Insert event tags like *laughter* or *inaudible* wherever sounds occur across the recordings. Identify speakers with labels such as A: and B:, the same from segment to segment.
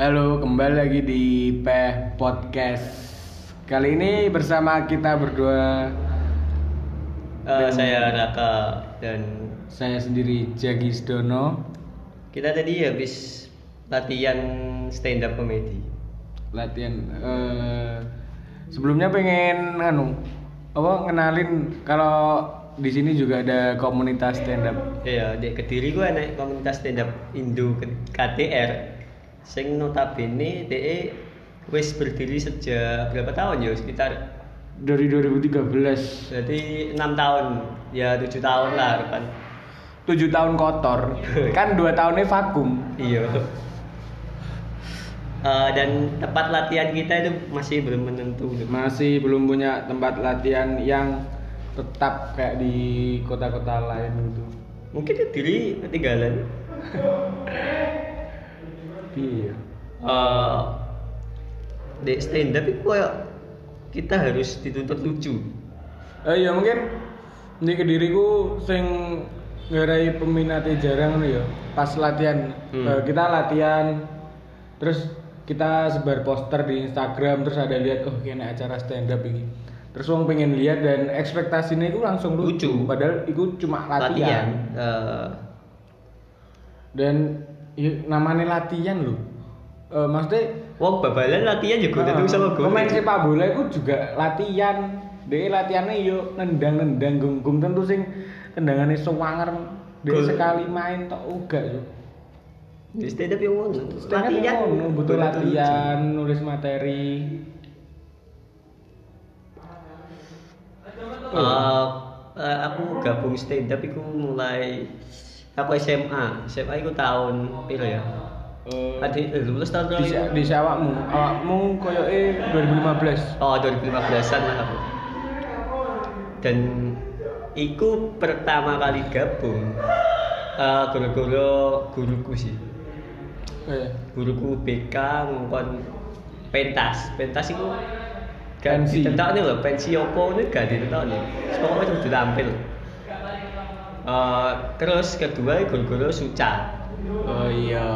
A: Halo, kembali lagi di Peh Podcast. Kali ini bersama kita berdua
B: Eh, saya Raka dan
A: saya sendiri Jagi Dono
B: kita tadi habis latihan stand up comedy.
A: latihan eh, sebelumnya pengen anu apa kenalin kalau di sini juga ada komunitas stand up.
B: Iya, di Kediri gua naik komunitas stand up Indo K- KTR. Sing notabene DE wis berdiri sejak berapa tahun ya? Sekitar
A: Dari 2013,
B: berarti enam tahun. Ya tujuh tahun lah kan.
A: 7 tahun kotor. Kan 2 tahunnya vakum.
B: Iya. Eh, dan tempat latihan kita itu masih belum menentu.
A: masih belum punya tempat latihan yang tetap kayak di kota-kota lain gitu.
B: Mungkin Kediri ketinggalan.
A: Iya.
B: eh di stand up itu kayak kita harus dituntut lucu
A: Eh ya mungkin ini ke diriku sing ngerai peminatnya jarang nih ya. Pas latihan
B: Hmm.
A: Eh, kita latihan terus kita sebar poster di Instagram terus ada lihat oh kayaknya acara stand up ini. Terus wong pengen lihat dan ekspektasinya itu langsung lucu.
B: Lucu.
A: Padahal itu cuma latihan.
B: latihan, Eh,
A: Dan ya, namanya latihan loh. Eh, maksudnya
B: wong babalan latihan juga tentu sama
A: Ah,
B: gue
A: Pemain sepak bola itu juga latihan. Dia latihannya yo nendang-nendang gunggung tentu sing tendangannya sewanger. Dia
B: Gol.
A: sekali main tok uga yo.
B: di stand up yang ngono
A: Sedangkan
B: latihan
A: ngono, ya butuh
B: Betul
A: latihan, nulis materi.
B: lucu. Eh, eh, aku gabung stand up itu mulai aku SMA SMA itu tahun piro ya
A: Eh,
B: tadi eh, lulus tahun
A: di,
B: berapa
A: di awakmu, awakmu koyoke 2015.
B: Oh, 2015-an lah aku. Dan iku pertama kali gabung eh guru-guru guruku sih.
A: Eh,
B: Guruku BK ngongkon pentas. Pentas iku gak
A: Pensi.
B: ditentokne lho, pensi opo ini gak ditentokne. Sepokoknya kudu tampil. Eh, terus kedua guru-guru suca.
A: Oh iya.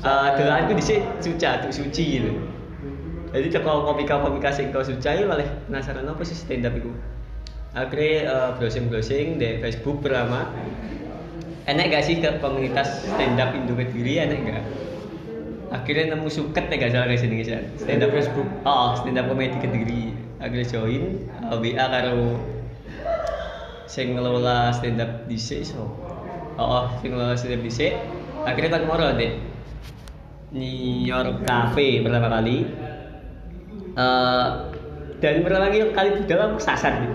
B: Eh, Dolaanku dhisik suca, tuh suci gitu. Jadi teko komika-komika sing tau suca iki malah penasaran apa sih stand up iku. Akhirnya eh, browsing-browsing di Facebook pertama. Enak gak sih ke komunitas stand up Indo Kediri enak gak? Akhirnya nemu suket ya gak salah guys ini guys. Stand up
A: Di Facebook.
B: Oh, stand up comedy Kediri. Akhirnya join eh, WA karo sing ngelola stand up dhisik so. Oh, sing ngelola stand up dhisik. Akhirnya kan moro deh. New York Cafe pertama kali. Eh, dan pertama kali kali budal aku sasar nih.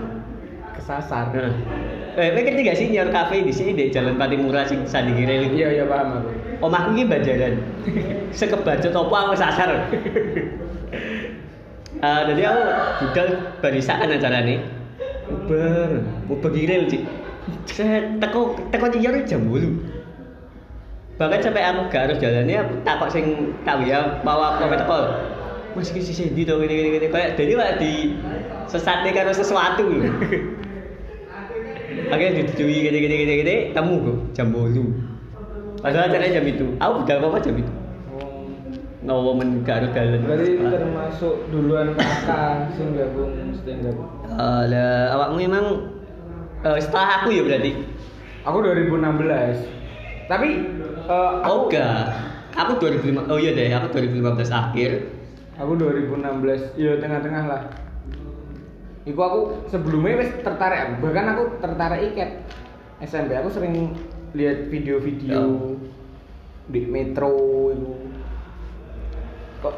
A: Kesasar.
B: Eh, kowe ngerti gak sih New York Cafe di sini di Jalan Patimura sing Sandigire iki?
A: Iya iya paham aku.
B: Omahku iki bajaran. Sekebajut opo aku sasar. *laughs* Eh, jadi aku budal barisan acarane. Uber, Uber Giril, Cik. Set, Teko teko New York jam 8. bahkan sampai aku gak harus jalannya aku takut sing tahu ya bawa aku sampai teko mas kisi sendi tau gini gini gini kayak jadi lah di sesatnya karo sesuatu *laughs* lho. akhirnya ditujui gini gini gini gini temu kok jam bolu padahal acaranya jam itu aku udah apa jam itu no woman gak harus jalan
A: Berarti termasuk duluan kakak sing gabung stand up.
B: Alah, Eh, awakmu emang eh, setelah aku ya berarti
A: Aku 2016. Tapi eh, aku,
B: oh enggak aku 2005 oh iya deh aku 2015 akhir
A: aku 2016, ya tengah-tengah lah. Iku aku sebelumnya wis tertarik, bahkan aku tertarik iket SMP. Aku sering lihat
B: Ya.
A: video-video di metro itu. Kok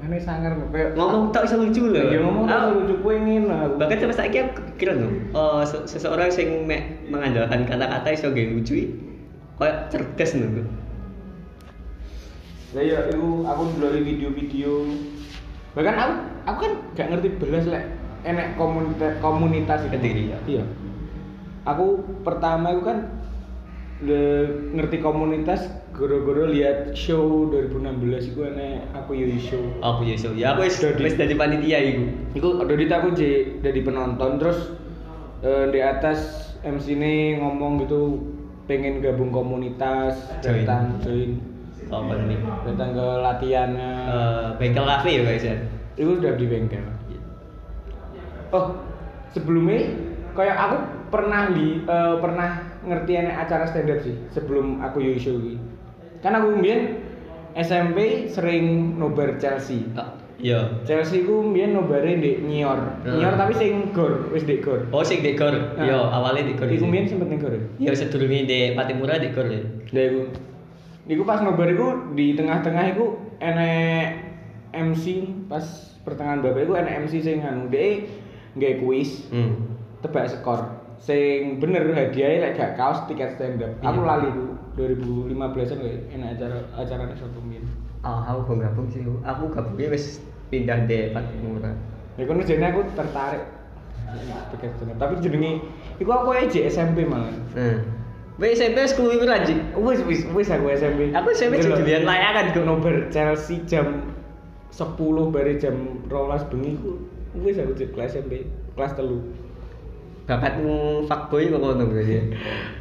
A: mana sangar kayak
B: ngomong tak bisa lucu loh
A: ya ngomong
B: Ah,
A: terus lucu kuwi ngene aku.
B: bahkan sampai saat ini aku kepikiran loh oh, se- seseorang yang mengandalkan kata-kata iso gawe lucu i, kayak cerdas loh
A: Lah ya iku aku ndelok video-video. Bahkan aku aku kan gak ngerti belas lek enek komunitas komunitas itu.
B: Kediri, ya.
A: Iya. Aku pertama itu kan le- ngerti komunitas gara-gara lihat show 2016 iku enek aku yo show.
B: aku ya so ya aku wis
A: Jadi-
B: wis dari panitia iku
A: Iku dari aku jadi dari penonton terus eh, di atas MC ini ngomong gitu pengen gabung komunitas
B: Join.
A: datang join.
B: apa nih
A: datang ke latihan eh,
B: Eh, bengkel cafe ya guys ya
A: itu udah di bengkel oh sebelumnya kayak aku pernah di eh, pernah ngertiin acara stand up sih sebelum aku yo show ini kan aku mbien SMP sering nobar Chelsea
B: Oh, iya
A: Chelsea ku mbien nobare di Nyor
B: Hmm.
A: Nyor tapi sing gor wis di gor
B: oh sing dekor iya awalnya dekor
A: iku mbien sempet ning gor ya?
B: iya sedurunge di Patimura dekor ya
A: Ya iku. Iku pas nobar iku di tengah-tengah iku enek MC pas pertengahan babak iku enek MC sing anu dhek nggae kuis
B: hmm.
A: tebak skor. Sing bener hadiahnya lek gak kaos tiket stand up. Aku
B: Iya.
A: lali iku 2015-an kayak enak acara acara nasional pemimpin.
B: Oh, aku gak gabung sih aku gabungnya wis pindah di Patimura
A: Ya kono jane aku tertarik tiket stand up. Tapi jenenge iku aku aja SMP malah.
B: hmm. Wis SMP wis kuwi lanjut
A: Wis wis wis aku SMP.
B: Aku SMP
A: Ndelok.
B: judian layakan
A: Ke
B: kok.
A: nobar Chelsea jam 10 bare jam 12 bengi ku wis aku jadi kelas SMP kelas telu
B: Bakatmu fuckboy kok ngono berarti. ya?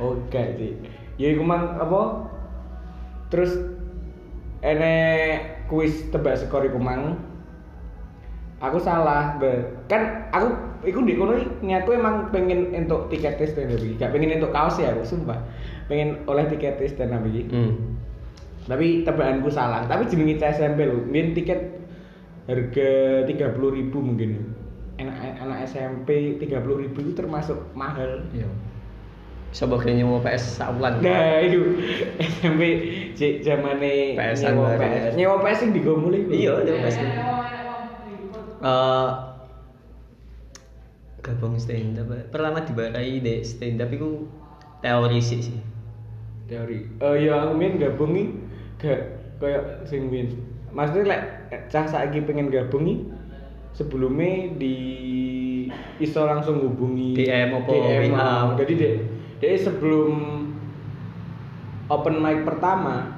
A: oke Oh, sih ya iku mang apa terus enek kuis tebak skor iku mang aku salah ber kan aku iku di kono i- niatku emang pengen entuk tiket tes stand up iki. gak pengen entuk kaos ya aku sumpah pengen oleh tiket tes stand up iki.
B: Hmm.
A: tapi tebakanku salah tapi jenenge SMP lho mungkin tiket harga 30.000 mungkin anak anak SMP 30.000 itu termasuk mahal
B: Iya. Sopo kene nyewa PS sak wulan.
A: nah itu *laughs* SMP cek zamane
B: PS-an
A: nyewa
B: bareng.
A: PS nyewa PS yang digomuli lho.
B: ya. Iya, nyewa PS. Eh gabung stand up. Pertama dibarai di stand up iku teori sih sih.
A: teori oh iya aku min gabung nih gak kayak sing min maksudnya lek cah saiki pengen gabung nih sebelumnya di iso langsung hubungi
B: DM apa
A: DM
B: WA.
A: ah. jadi dek dek sebelum open mic pertama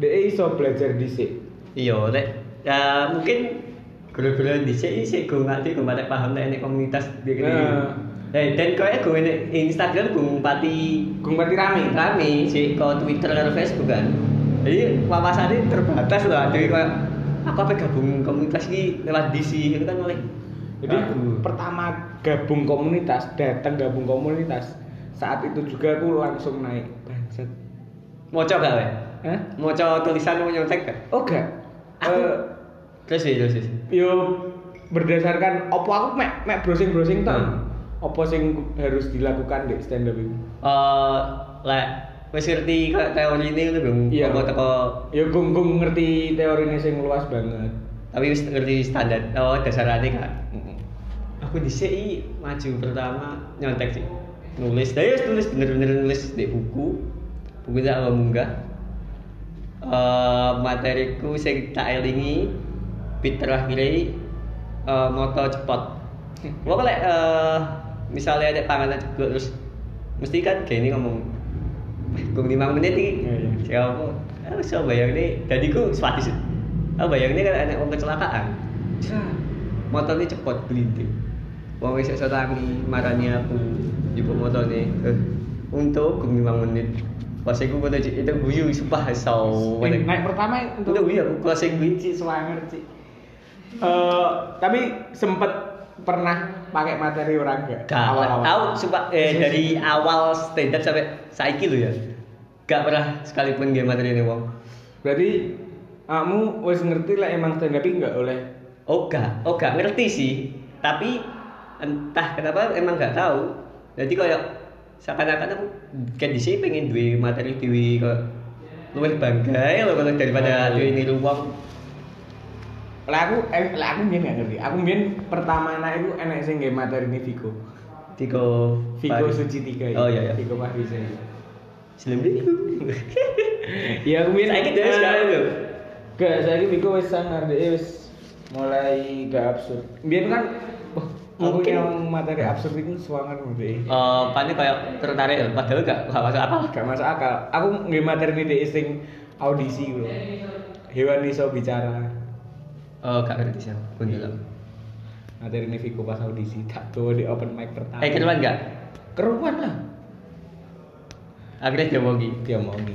A: dek iso belajar dhisik
B: Iya, lek eh, mungkin guru-guru dhisik sik go ngerti go matek paham nek nek komunitas iki.
A: Nah.
B: Eh, dan kowe go nek Instagram go pati
A: gung pati rame
B: kami sih ke Twitter dan Facebook kan jadi wawasannya terbatas lah jadi kayak aku apa gabung komunitas ini lewat DC itu kan oleh
A: jadi
B: Aku.
A: pertama gabung komunitas datang gabung komunitas saat itu juga aku langsung naik bangsat
B: moco gak weh
A: Hah?
B: moco tulisan mau nyontek gak
A: oh gak
B: Aku-
A: Eh,
B: terus sih terus sih
A: yo berdasarkan opo aku mek mek browsing browsing tuh
B: Hmm.
A: opo sing harus dilakukan di stand up itu
B: Eh, lah wes ngerti kok teori ini lu belum
A: Iya.
B: apa teko
A: ya gung gung ngerti teorinya sing luas banget
B: tapi wes ngerti standar oh dasarannya kan aku di CI maju pertama nyontek sih nulis saya tulis bener-bener nulis di buku buku tak mau munggah Eh, materiku sing tak elingi Peter akhirnya eh, moto cepot gua kalo eh, misalnya ada panganan juga terus mesti kan kayak ini ngomong Gung lima menit ini
A: Iya, iya.
B: siapa aku coba bayang nih jadi ku sepati sih aku bayang nih kan anak orang kecelakaan motornya cepot gelinting wong isek iso tangi marani aku jupuk motone eh untuk gum 5 menit pas iku kota cik itu guyu sumpah so
A: Sing naik pertama
B: itu
A: untuk
B: guyu aku kelas iku
A: Ci Swanger Ci Eh, tapi sempet pernah pakai materi orang gak
B: gak tahu sumpah eh,
A: Terus-
B: dari awal stand up sampai saiki lo ya gak pernah sekalipun game materi ini wong
A: berarti kamu wis ngerti lah emang stand up nggak oleh
B: oh gak oh gak ngerti sih tapi entah kenapa emang gak tahu jadi kayak seakan-akan aku kan di sini pengen duwe materi dewi kok luwih bangga loh kalau daripada duwe ini ruang
A: lah aku eh, lah aku mbien gak ngerti aku mbien pertama anak itu enak sing nggak materi ini Vigo
B: Tiko
A: Vigo Suci tiga
B: Oh, iya, iya.
A: Vigo Fahrizah itu.
B: Assalamualaikum Iya,
A: ya aku
B: Saya kita
A: eh,
B: sekarang tuh
A: gak saya Vigo wis sangar deh wis mulai gak absurd mbien kan wah, aku
B: Mungkin-
A: yang materi absurd itu suangar deh
B: Eh, Pani kayak tertarik ya, padahal gak, gak masuk akal
A: gak masuk akal aku nggak materi ini deh sing audisi gitu hewan iso bicara
B: Oh, gak ngerti sih, aku
A: Iya.
B: ndelok.
A: materi ini Vigo pas audisi tak tuh di open mic pertama
B: Eh, keruan gak?
A: keruan lah
B: Akhirnya dia mau
A: dia mau nih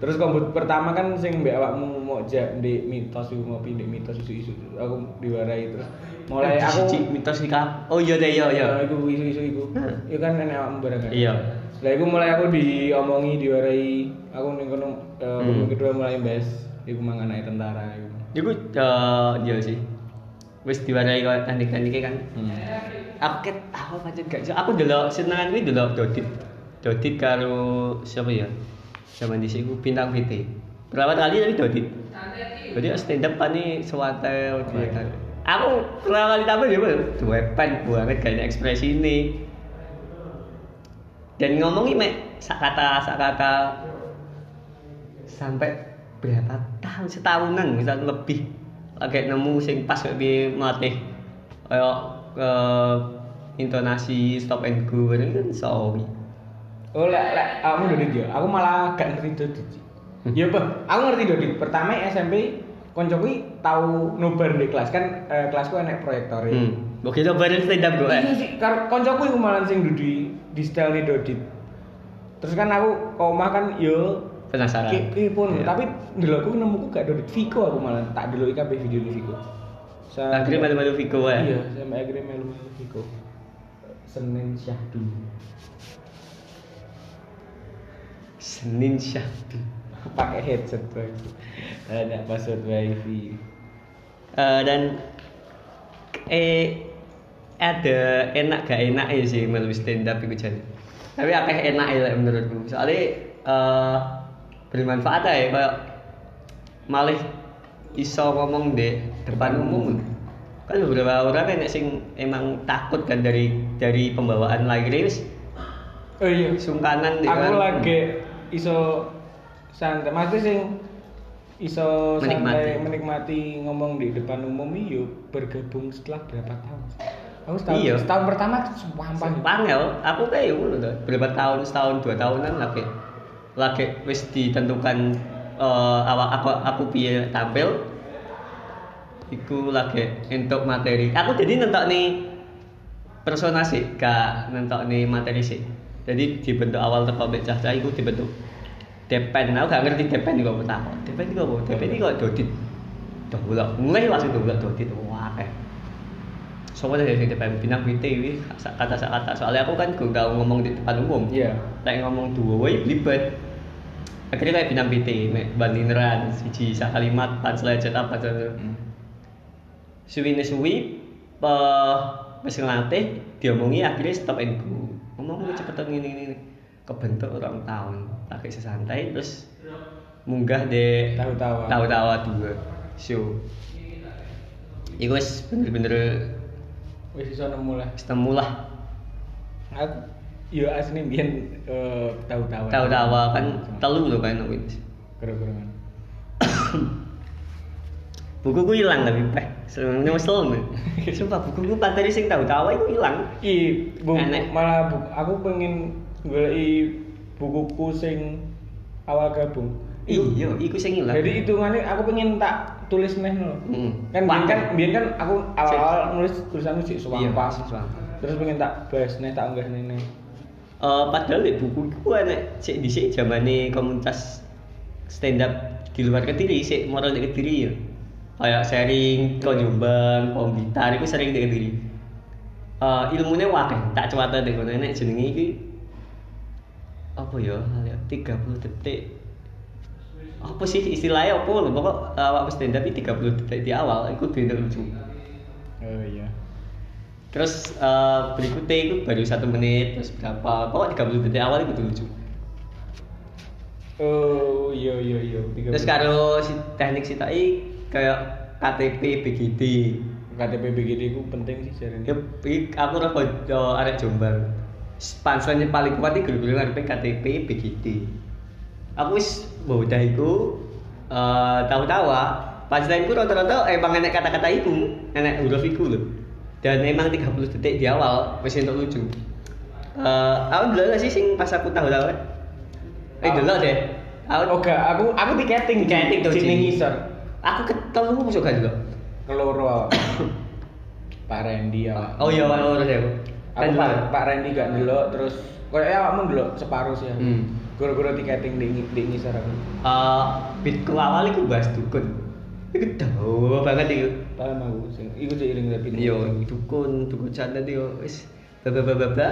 A: Terus kombut pertama kan sing mbek awakmu mau jak ndek mitos iku ngopi ndek mitos isu-isu aku diwarai terus mulai
B: Di
A: aku
B: siji Kan mitos nikah. Oh iya deh iya iya.
A: Nah, iku isu-isu iku.
B: Hmm.
A: Iku kan enek awakmu bareng kan.
B: Iya.
A: Lah iku mulai aku diomongi diwarai aku ning kono eh,
B: Hmm.
A: buku kedua mulai bahas iku mengenai tentara iku.
B: Iku eh, iya sih. Wis diwarai kok tanding-tandinge kan. Aku ket aku pancen gak iso. Aku delok senengan kuwi delok Dodit. Dodit karo siapa ya? Zaman dhisik ku bintang VT. Berapa kali tapi Dodit. Jadi stand up kan ini suatu dua kali. Aku pertama kali tampil dia bilang, dua pen banget gaya ekspresi ini. Dan ngomongin mek sak kata sak kata sampai berapa tahun setahunan misal lebih agak nemu sing pas kayak piye melatih kayak eh, intonasi stop and go bareng kan so
A: Oh lek lek kamu Dodit ya. Aku malah gak ngerti Dodit. sih.
B: Hmm.
A: Ya Pak, aku ngerti Dodit. Pertama SMP konco kuwi tau nobar di kelas kan eh, kelasku enek proyektor ya.
B: hmm. oke coba bareng stand up eh. gue
A: Iya sih, kar- koncoku iku malah sing dudi di style Dodit. Terus kan aku ke omah kan yo
B: penasaran
A: Ki pun,
B: Iya.
A: tapi delokku nemuku gak Dodit Viko aku malah tak deloki kabeh video Viko. Sa-
B: akhirnya malu-malu Viko ya
A: Iya, sampai akhirnya melu-melu Viko. Senin Syahdu.
B: Senin Syahdu
A: Pakai headset tuh. Ada password wifi.
B: Eh, dan eh ada enak gak enak ya sih melu stand up itu jadi tapi akeh enak ya like, menurutku soalnya eh bermanfaat ya kayak malih iso ngomong deh depan umum kan beberapa orang enak sing emang takut kan dari dari pembawaan lahirnya wis
A: Oh iya.
B: sungkanan ya
A: Aku
B: kan.
A: lagi iso santai. Maksudnya sing iso
B: Menikmati.
A: santai menikmati ngomong di depan umum iyo bergabung setelah berapa tahun? Aku setahun,
B: Iya.
A: setahun pertama tuh sumpah
B: Pangel, aku kayak ngono to. Berapa tahun, setahun, dua tahunan lagi. Lagi wis ditentukan eh awak aku aku piye tampil. Iku lagi entuk materi. Aku jadi nentok nih persona sih, gak nentok nih materi sih. Jadi dibentuk awal teko mbek cah-cah iku dibentuk depen. Aku gak ngerti depen iku apa tak. Depen iku apa? Depen iku kok dodit. Dolok. Mulai langsung dolok dodit. Wah, kayak Sopo dari sing depan pinang PT wih kata kata soalnya aku kan gak tau ngomong di depan umum.
A: Iya.
B: Lek ngomong dua wae libet. Akhirnya kayak pinang PT mek bandinran siji sak kalimat punchline jet apa jet. Suwine suwi pe wis ngelatih diomongi akhirnya stop and go. Ngomong lu cepetan ngene ngene ngene. Kebentuk orang tahun, pakai sesantai terus munggah deh
A: Tahu-tahuan.
B: tahu-tahuan dua show. Iku wis bener-bener
A: Wis iso nemu lah.
B: ketemu lah
A: Aku yo asli mbiyen eh, tahu-tahu.
B: tahu-tahu kan telu tuh kan aku itu.
A: Keren-keren.
B: buku gue hilang tapi eh, peh sebenarnya mesel men sumpah buku gue panteri sing tahu-tahu itu hilang
A: I bu,
B: Enek.
A: malah bu, aku pengen goleki bukuku sing awal gabung.
B: iya iku sing hilang
A: Jadi hitungannya aku pengen tak tulis neh no.
B: Mm.
A: Kan biyen kan biyen kan aku awal-awal
B: Sik.
A: nulis tulisanku sik
B: Iya,
A: suwampa.
B: sik suwampa.
A: Terus pengen tak bahas neh tak unggah neh neh.
B: Eh, padahal ya buku gue enak sik di sik zamane komunitas stand up di luar ketiri sik moral di ketiri ya kayak sharing kau jombang kau gitar itu sering di ketiri Eh, ilmunya wakil tak cuata deh kono enak jenenge iki apa ya tiga puluh detik apa sih istilahnya apa lho pokok eh, waktu stand up tiga puluh detik di awal itu duit lucu
A: Oh iya.
B: Terus eh, berikutnya itu baru satu menit, terus berapa? Pokoknya 30 detik awal itu lucu.
A: Oh iya iya iya. Tiga
B: Terus
A: puluh.
B: karo si teknik si tai kayak KTP BGD.
A: KTP BGD ku penting sih jarene.
B: Ya, i- aku ora bodo arek Jombang. Sponsornya paling kuat itu guru-guru ngarepe KTP BGD. Aku wis mbok udah iku eh tahu-tahu Punchline ku rata-rata emang enak kata-kata iku, enak huruf iku lho. Dan emang 30 detik di awal wis entuk lucu. Eh, aku dulu gak sih sing pas aku tahu-tahu? Eh,
A: Aku-
B: dulu deh.
A: Oh
B: Aku
A: enggak, aku aku tiketing,
B: Tiketing tuh,
A: jeneng
B: Ji.
A: ngisor.
B: aku ketemu musuh gak dulu.
A: Keloro. awak. *coughs* Pak Randy awak.
B: Oh iya, orang ya aku.
A: Aku
B: Kan
A: Pak,
B: dulu.
A: Pak Randy gak ndelok terus kayaknya awakmu ndelok separuh sih ya.
B: Hmm.
A: Gara-gara tiketing di di ngisor aku.
B: Eh, bitku awal iku bahas dukun. Iku dawa banget iku.
A: Paham aku sing iku sih iring rapi.
B: Yo dukun, dukun santet yo wis bla bla bla bla bla.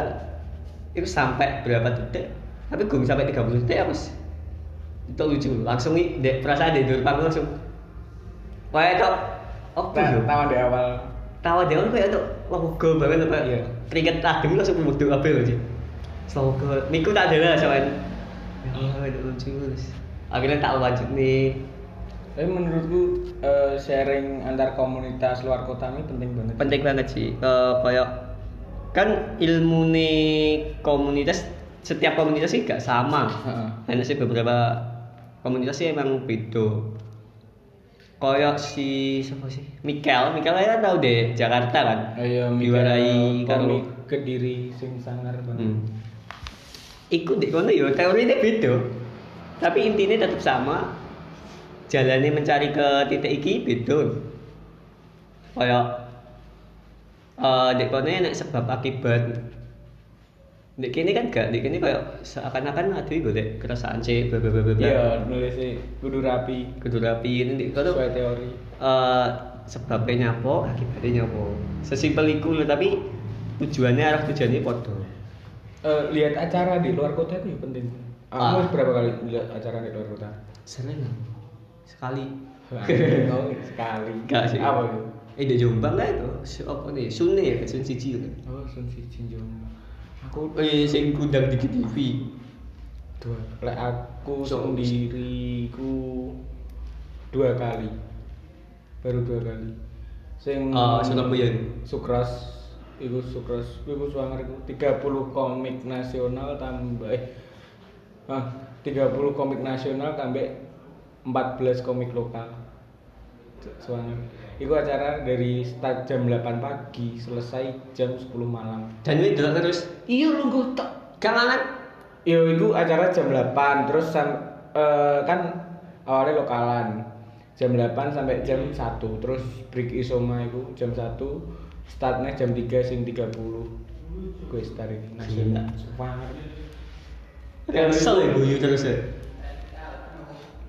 B: Iku sampai berapa detik? Tapi gue sampai 30 detik apa sih? Itu lucu, langsung nih, dek, perasaan dek, dek, langsung Wah itu, apa
A: Ta-
B: yo?
A: Tahu Nah, di awal.
B: Tawa dia kan kayak itu, wah gue banget apa?
A: Iya.
B: Keringet adem langsung ya, memudu kabel aja. Selalu ke, niku tak ada lah sama ini. Ya, itu lucu Mas. Akhirnya tak lanjut nih.
A: Tapi menurutku eh, sharing antar komunitas luar kota ini penting banget.
B: penting banget sih Eh, kayak kan ilmu nih komunitas setiap komunitas sih gak sama
A: Heeh.
B: hanya sih beberapa komunitas sih emang beda kayak si siapa sih Mikel Mikel kan tahu deh Jakarta kan
A: Ayo
B: Diwarai karo-
A: kediri sing sangar banget.
B: hmm. ikut deh kono ya teorinya beda tapi intinya tetap sama jalannya mencari ke titik iki beda kayak eh dek kono nek sebab akibat dek kini kan gak dek kini kayak seakan-akan aduh golek kerasaan C bla bla bla bla bla.
A: Iya, nulis sih kudu rapi
B: kudu rapi ini dek kono
A: sesuai teori.
B: eh sebabnya nyapo akibatnya nyapo sesimpel iku lho, tapi tujuannya arah tujuannya podo
A: Eh, lihat acara di luar kota itu ya penting.
B: Ah.
A: Aku berapa kali lihat acara di luar kota?
B: sering sekali
A: *laughs* Tahu sekali.
B: Enggak sih.
A: Apa itu?
B: Eh di Jombang lah itu. Si apa nih? Sune ya, Sun Siji kan.
A: Oh, Sun Sijin Jombang.
B: Aku eh sing kundang di TV.
A: Dua. Lek aku
B: So-
A: sendiriku dua kali. Baru dua kali. Sing
B: Ah, Surabaya.
A: Sukras iku Sukras iku suwanger iku 30 komik nasional tambah eh ah, 30 komik nasional tambah 14 komik lokal. Su- Suwanger. Iku acara dari start jam 8 pagi selesai jam 10 malam.
B: Dan itu delok terus. Iya lungguh tok. Kanganan.
A: Yo, itu acara jam 8 terus sam- eh, kan awalnya lokalan jam 8 sampai jam 1 terus break isoma itu jam 1 startnya jam 3 sing 30 gue start ini nasional Sumpah.
B: Cancel ya guyu terus ya.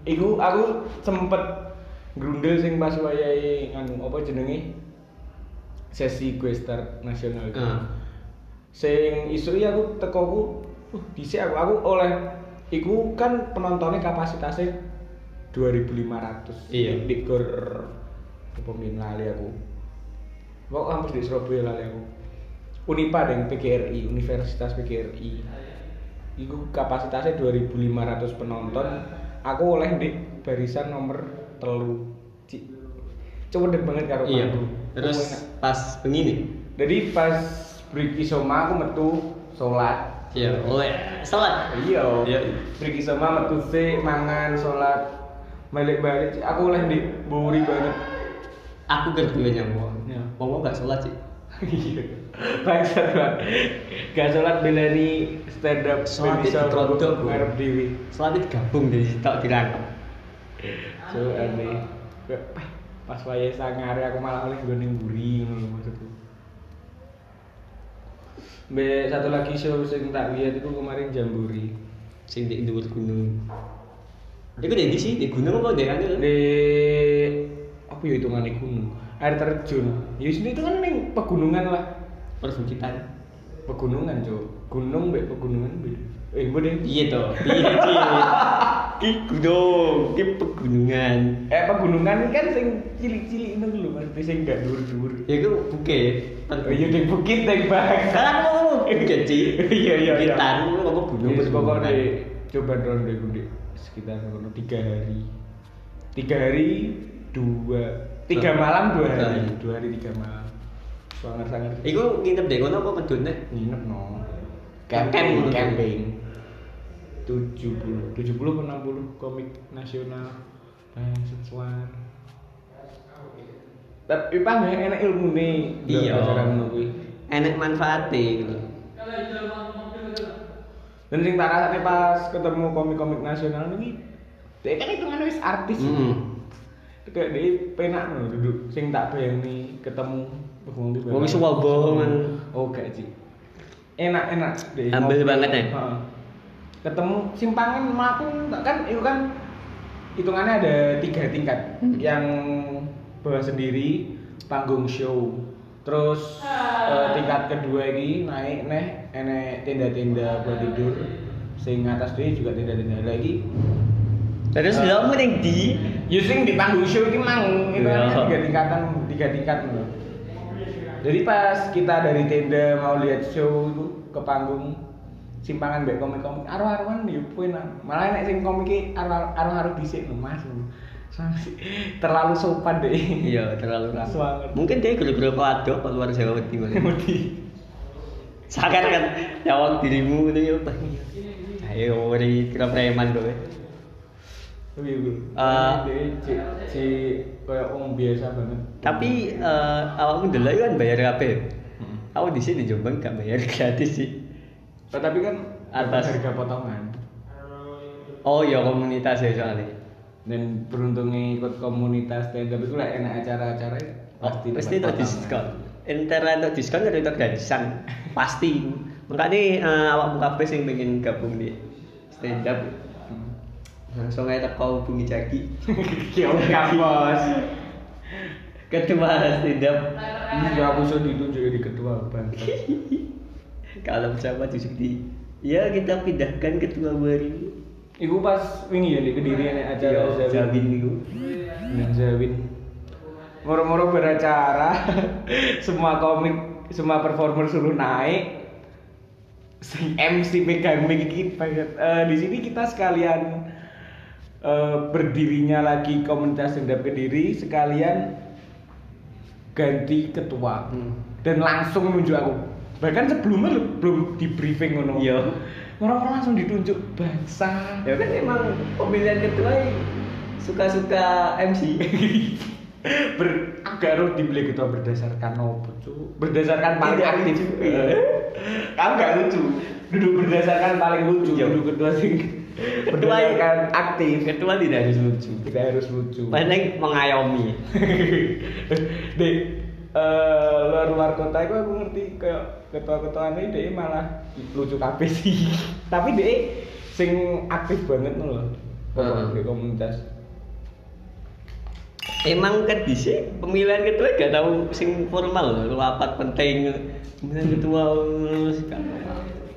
A: Iku aku sempet grundel sing pas wayahe nganu apa jenenge sesi gue start nasional itu.
B: Ah.
A: sing isu iya aku teko aku uh, dhisik aku aku oleh iku kan penontonnya kapasitasnya 2500
B: Iya.
A: di gor pemimpin lali aku mau kampus di Surabaya lali aku Unipa deng PGRI Universitas PGRI iku kapasitasnya 2500 penonton aku oleh di barisan nomor telu Ci- cewek banget karo
B: Iya.
A: aku.
B: Terus
A: Aku enak.
B: pas begini.
A: Jadi pas break isoma aku metu sholat.
B: Iya, oleh salat.
A: Iya.
B: Iya.
A: Break isoma metu sih mangan sholat. Balik balik aku oleh di buri banget.
B: Aku kan duwe nyawa.
A: Iya.
B: Wong gak salat sih.
A: Iya. Bangsat banget. Gak sholat belani stand up baby
B: Sholat itu
A: shower,
B: trontok, Bu.
A: ngarep dewi.
B: Salat itu gabung dari tok dirangkep.
A: So aneh. Kayak, "Pah, Pas waya sangare aku malah oleh gue buri ngono lho maksudku. Be satu lagi show sing tak lihat itu kemarin jamburi.
B: Sing di dhuwur gunung. Iku di sih, di gunung apa di anu?
A: di apa ya hitungannya gunung air terjun ya sini itu kan ning pegunungan lah
B: Perbukitan.
A: pegunungan cok gunung be pegunungan beda eh beda
B: Iya toh, iya sih. *laughs* Ki gunung, ki pegunungan.
A: eh pegunungan kan sing cilik-cilik itu lho maksudnya sing gak dhuwur-dhuwur
B: Ya itu bukit.
A: oh iya di bukit deh bang
B: Kan aku ngomong bukit sih.
A: Iya,
B: *laughs*
A: iya, iya.
B: Bukitan, aku ngomong gunung.
A: Yes, pokoknya
B: pegunungan.
A: di- Iya, coba ronde iku di sekitar kono tiga hari tiga hari dua tiga
B: Dua-
A: malam dua
B: dua
A: hari
B: hari.
A: dua hari tiga malam sangar sangar
B: Iku nginep deh, kono apa medunnya?
A: nginep no
B: Camping.
A: camping 70 70 ke 60 komik nasional bangset suar tapi paham ya enak ilmu nih
B: Iya.
A: cara ngono kuwi.
B: Enak manfaatnya gitu.
A: dan sing tak rasane pas ketemu komik-komik nasional ini dia kan itu wis artis
B: Mm.
A: kayak dia penak no duduk sing tak bayang nih ketemu
B: Wong iso wabongan.
A: oh gak sih enak enak deh
B: Ambil
A: ngopi.
B: banget, ya?
A: Heeh. ketemu simpangan melaku kan itu kan hitungannya ada tiga tingkat
B: Hmm.
A: yang bawah sendiri panggung show terus eh, tingkat kedua ini naik neh enek tenda-tenda buat tidur sing atas dia juga tenda-tenda lagi
B: Terus
A: Eh.
B: lo mending di
A: Using di panggung show ini mang itu kan
B: Iya.
A: tiga tingkatan tiga tingkat loh. Jadi pas kita dari tenda mau lihat show itu ke panggung simpangan baik komik-komik aru-aruan di poin malah enak sing komik aru-aru dhisik lho Mas. Soalnya sih, Terlalu sopan deh.
B: Iya, terlalu
A: Keras
B: ramai.
A: banget.
B: Mungkin dia guru-guru kau ada apa luar Jawa wedi kali.
A: Mudi.
B: Sakar kan nyawang dirimu itu ya Bang. Ayo ori kira preman kowe.
A: Iya, iya.
B: Eh.
A: Dia cek cek kayak orang biasa banget.
B: Tapi eh awakmu ndelok kan bayar kabeh.
A: Heeh.
B: Aku di sini di Jombang gak bayar *laughs* gratis sih.
A: Tapi kan
B: Atas.
A: harga potongan.
B: Oh ya komunitas ya soalnya.
A: dan beruntungnya ikut komunitas stand up itu lah enak acara-acara itu
B: Pasti
A: dapat
B: pasti untuk
A: potongan.
B: diskon. Antara untuk diskon atau untuk gratisan. Pasti. Makanya eh, awakmu kabeh sing pengen gabung di stand up
A: Hmm.
B: langsung aja teko hubungi *laughs* Jaki.
A: Kiau kampus.
B: Ketua stand up
A: Iya aku sudah ditunjuk jadi ketua bangsa.
B: kalau bersama justru di ya kita pindahkan ketua baru
A: Iku pas wingi ya di kediri enak acara
B: Yo,
A: Zawin.
B: Jamin itu
A: Dan Zawin. Moro-moro beracara, *laughs* semua komik, semua performer suruh naik. Si MC pegang mic iki banget. Eh, di sini kita sekalian eh, berdirinya lagi komunitas stand up kediri sekalian ganti ketua
B: Hmm.
A: dan langsung nunjuk aku bahkan sebelumnya lu belum di briefing ngono
B: Iya.
A: orang-orang langsung ditunjuk bangsa
B: ya kan emang pemilihan ketua ini suka-suka MC
A: Ber, agak harus dibeli ketua berdasarkan apa cu berdasarkan paling
B: Tidak
A: aktif
B: lucu,
A: Eh,
B: iya.
A: kamu gak lucu duduk berdasarkan paling lucu
B: Iya.
A: duduk Iya. ketua sing berdasarkan aktif
B: *laughs* ketua tidak harus lucu
A: kita harus lucu *laughs*
B: paling mengayomi
A: di eh, luar luar kota itu aku ngerti kayak ketua ketuaan ini dia malah lucu kabeh sih *laughs* tapi dia sing aktif banget nul loh
B: Heeh.
A: di komunitas
B: emang kan di sini pemilihan ketua gak tahu sing formal lu apa penting pemilihan ketua eh, gak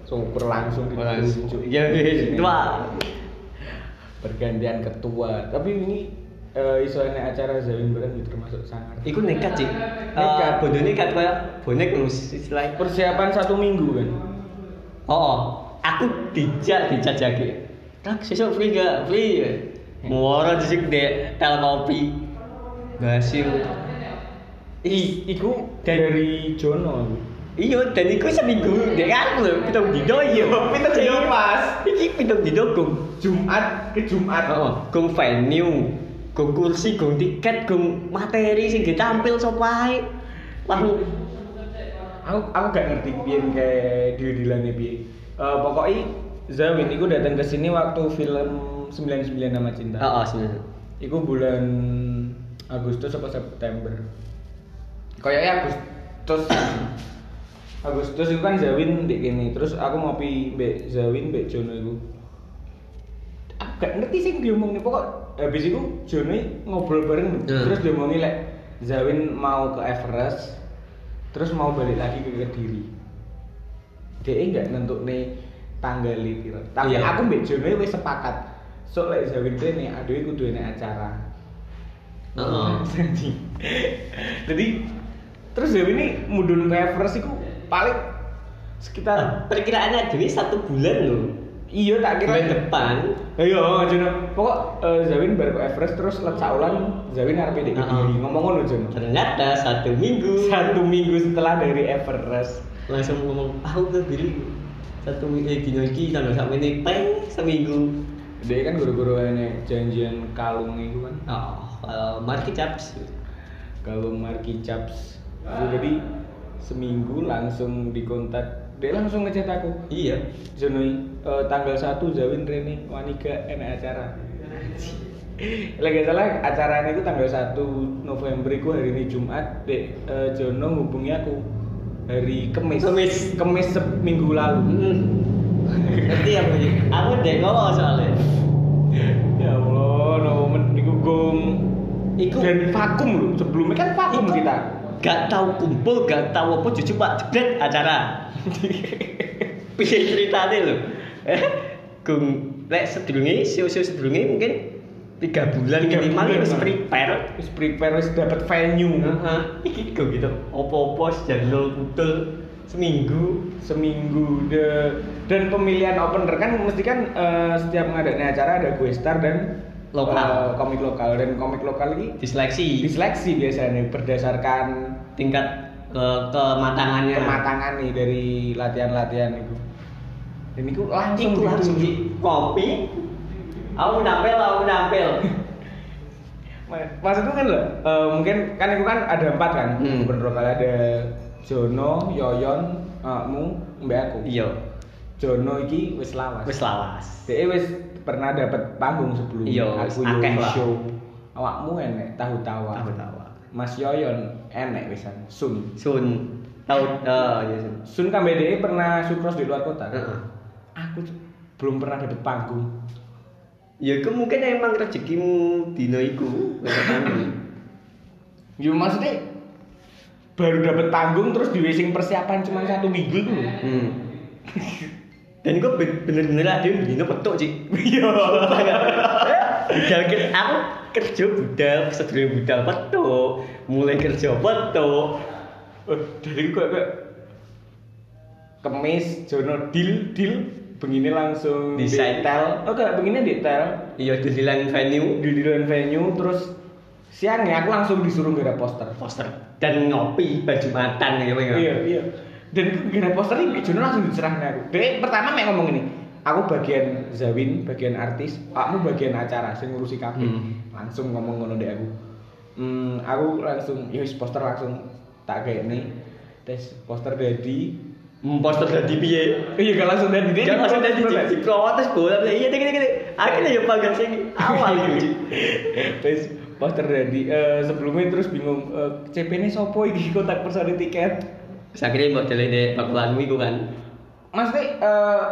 A: syukur langsung Iya,
B: tahu.
A: ditunjuk
B: ya wis, ketua
A: pergantian ketua tapi ini eh, iso enek acara Zawin Beran juga termasuk sangar
B: Iku nekat Eh, sih.
A: Nekat.
B: Nekat. bodoh nekat kaya bonek lu istilah.
A: persiapan satu minggu kan
B: Oh, oh. aku dijak dijak jage. Kak, sesuk free gak? Free. ya. Muara disik de tel kopi. Gasil.
A: I, iku
B: Dan-
A: dari Jono
B: Iya, dan iku seminggu dek aku lho, pitung dino iya, pitung
A: Iya,
B: dino
A: Mas.
B: Iki pitung dino gong.
A: Jumat ke Jumat
B: Heeh, gong venue, gong kursi, gong tiket, gong materi sing ditampil sapa ae. Langsung
A: aku aku gak ngerti pian kayak deal-dealannya piye Eh, pokoknya Zawin iku datang ke sini waktu film 99 nama cinta
B: Heeh, sebenarnya.
A: iku bulan Agustus atau September kayaknya Agustus *coughs* Agustus itu kan Zawin di gini terus aku ngopi mbek Zawin mbek Jono itu aku gak ngerti sih dia ngomongnya pokok habis itu Jono ini ngobrol bareng
B: Hmm.
A: terus dia ngomongin lek Zawin mau ke Everest terus mau balik lagi ke Kediri dia nggak nentuk nih tanggal piro tapi
B: Iya.
A: aku mbek Jono wis sepakat so lek Zawin kene aduh iku duwe nek acara
B: Heeh.
A: *laughs* jadi jadi terus Zawin ini mudun ke Everest iku paling sekitar
B: perkiraannya Dewi satu bulan loh
A: iya tak kira
B: bulan depan
A: Ayo, Jono. Pokok eh, Zawin baru ke Everest terus lek saulan Zawin arep ndek Kediri.
B: Heeh.
A: Ngomong ngono, Jono.
B: ternyata satu minggu
A: Satu minggu setelah dari Everest.
B: langsung ngomong aku ke diri satu minggu eh dino iki tanggal sampai ini peng seminggu
A: Dia kan guru-guru ini janjian kalung itu kan.
B: oh uh, market caps
A: Kalung Marki Caps. Itu Jadi seminggu langsung dikontak. Dia langsung ngechat aku.
B: iya
A: Jonoi eh, tanggal 1 Zawin Rene Waniga enak acara. Lagi salah acaranya itu tanggal 1 November itu hari ini Jumat Dek eh, Jono hubungi aku hari Kamis.
B: Kamis.
A: Kamis minggu lalu.
B: Hmm. Ngerti ya bunyi. Aku dek ngomong soalnya.
A: Ya Allah, no moment niku gong.
B: Iku-
A: dan vakum loh. Sebelumnya kan vakum
B: Iku-
A: kita.
B: Gak tahu kumpul, gak tahu apa jujur pak jebret
A: *laughs*
B: acara. Piye ceritanya lho. Eh, Gung lek sedurunge, sio-sio sedurunge mungkin tiga bulan
A: Tiga
B: minimal
A: bulan,
B: harus
A: Bang.
B: prepare.
A: Wis prepare wis dapat venue.
B: Heeh. Iki go gitu. Opo-opo sejak nol kutul seminggu.
A: seminggu de, dan pemilihan opener kan mesti kan eh, setiap ngadain acara ada gue star dan
B: Lokal.
A: eh, komik lokal dan komik lokal ini
B: Diseleksi
A: diseleksi biasanya berdasarkan
B: tingkat eh, kematangannya.
A: kematangan nih dari latihan-latihan itu dan itu langsung
B: Iku langsung
A: ditunjuk.
B: di kopi. Aku nampil, aku nampil.
A: Ma- maksudku kan loh eh, mungkin kan itu kan ada empat kan
B: Hmm.
A: opener lokal ada Jono, Yoyon, Mu, Mbak aku.
B: Iya,
A: Jono iki wis lawas.
B: wis lawas.
A: Dia wis pernah dapat panggung sebelumnya.
B: Iya,
A: aku
B: wis akeh
A: yo
B: lah.
A: show. Awakmu enek tahu tawa.
B: Tahu tahu.
A: Mas Yoyon enek wisan. Sun.
B: Sun tahu eh iya Sun.
A: Sun kambe dhewe pernah sukros di luar kota.
B: Heeh.
A: Aku c- belum pernah dapat panggung.
B: Ya itu mungkin emang rezekimu dino iku. lek *laughs* ketemu.
A: Yo maksudnya baru dapat panggung terus di wishing persiapan cuma satu minggu itu. loh.
B: hmm. Dan gue bener-bener ada yang dino petuk sih. *laughs*
A: Iya.
B: Budal ker- aku kerja budal, sedulur budal petuk, mulai kerja petuk.
A: Eh, Dari kok kok kemis Jono deal deal begini langsung Oh,
B: Desain.
A: detail. Oke, begini detail.
B: Iya dililan venue
A: di dealan venue terus siangnya aku langsung disuruh gara poster
B: poster dan ngopi baju matan ya Bang, ya.
A: iya iya dan gara poster ini Jono langsung diserahkan aku dari pertama mek ngomong ini aku bagian Zawin bagian artis kamu bagian acara sing ngurusi kabeh
B: Hmm.
A: langsung ngomong ngono dek aku hmm, aku langsung ya wis, poster langsung tak kayak ini tes poster jadi
B: Hmm, poster dadi piye?
A: iya gak langsung jadi dia
B: Jangan langsung dadi
A: diprotes. *laughs*
B: di protes bola. Iya dek dek dek. Akhirnya ya panggang sing awal *laughs* iki.
A: Terus poster jadi eh, sebelumnya terus bingung eh, CP ini sopo iki kontak personil tiket
B: Sakire mbok delene bakulanmu iku kan.
A: Maksudnya eh,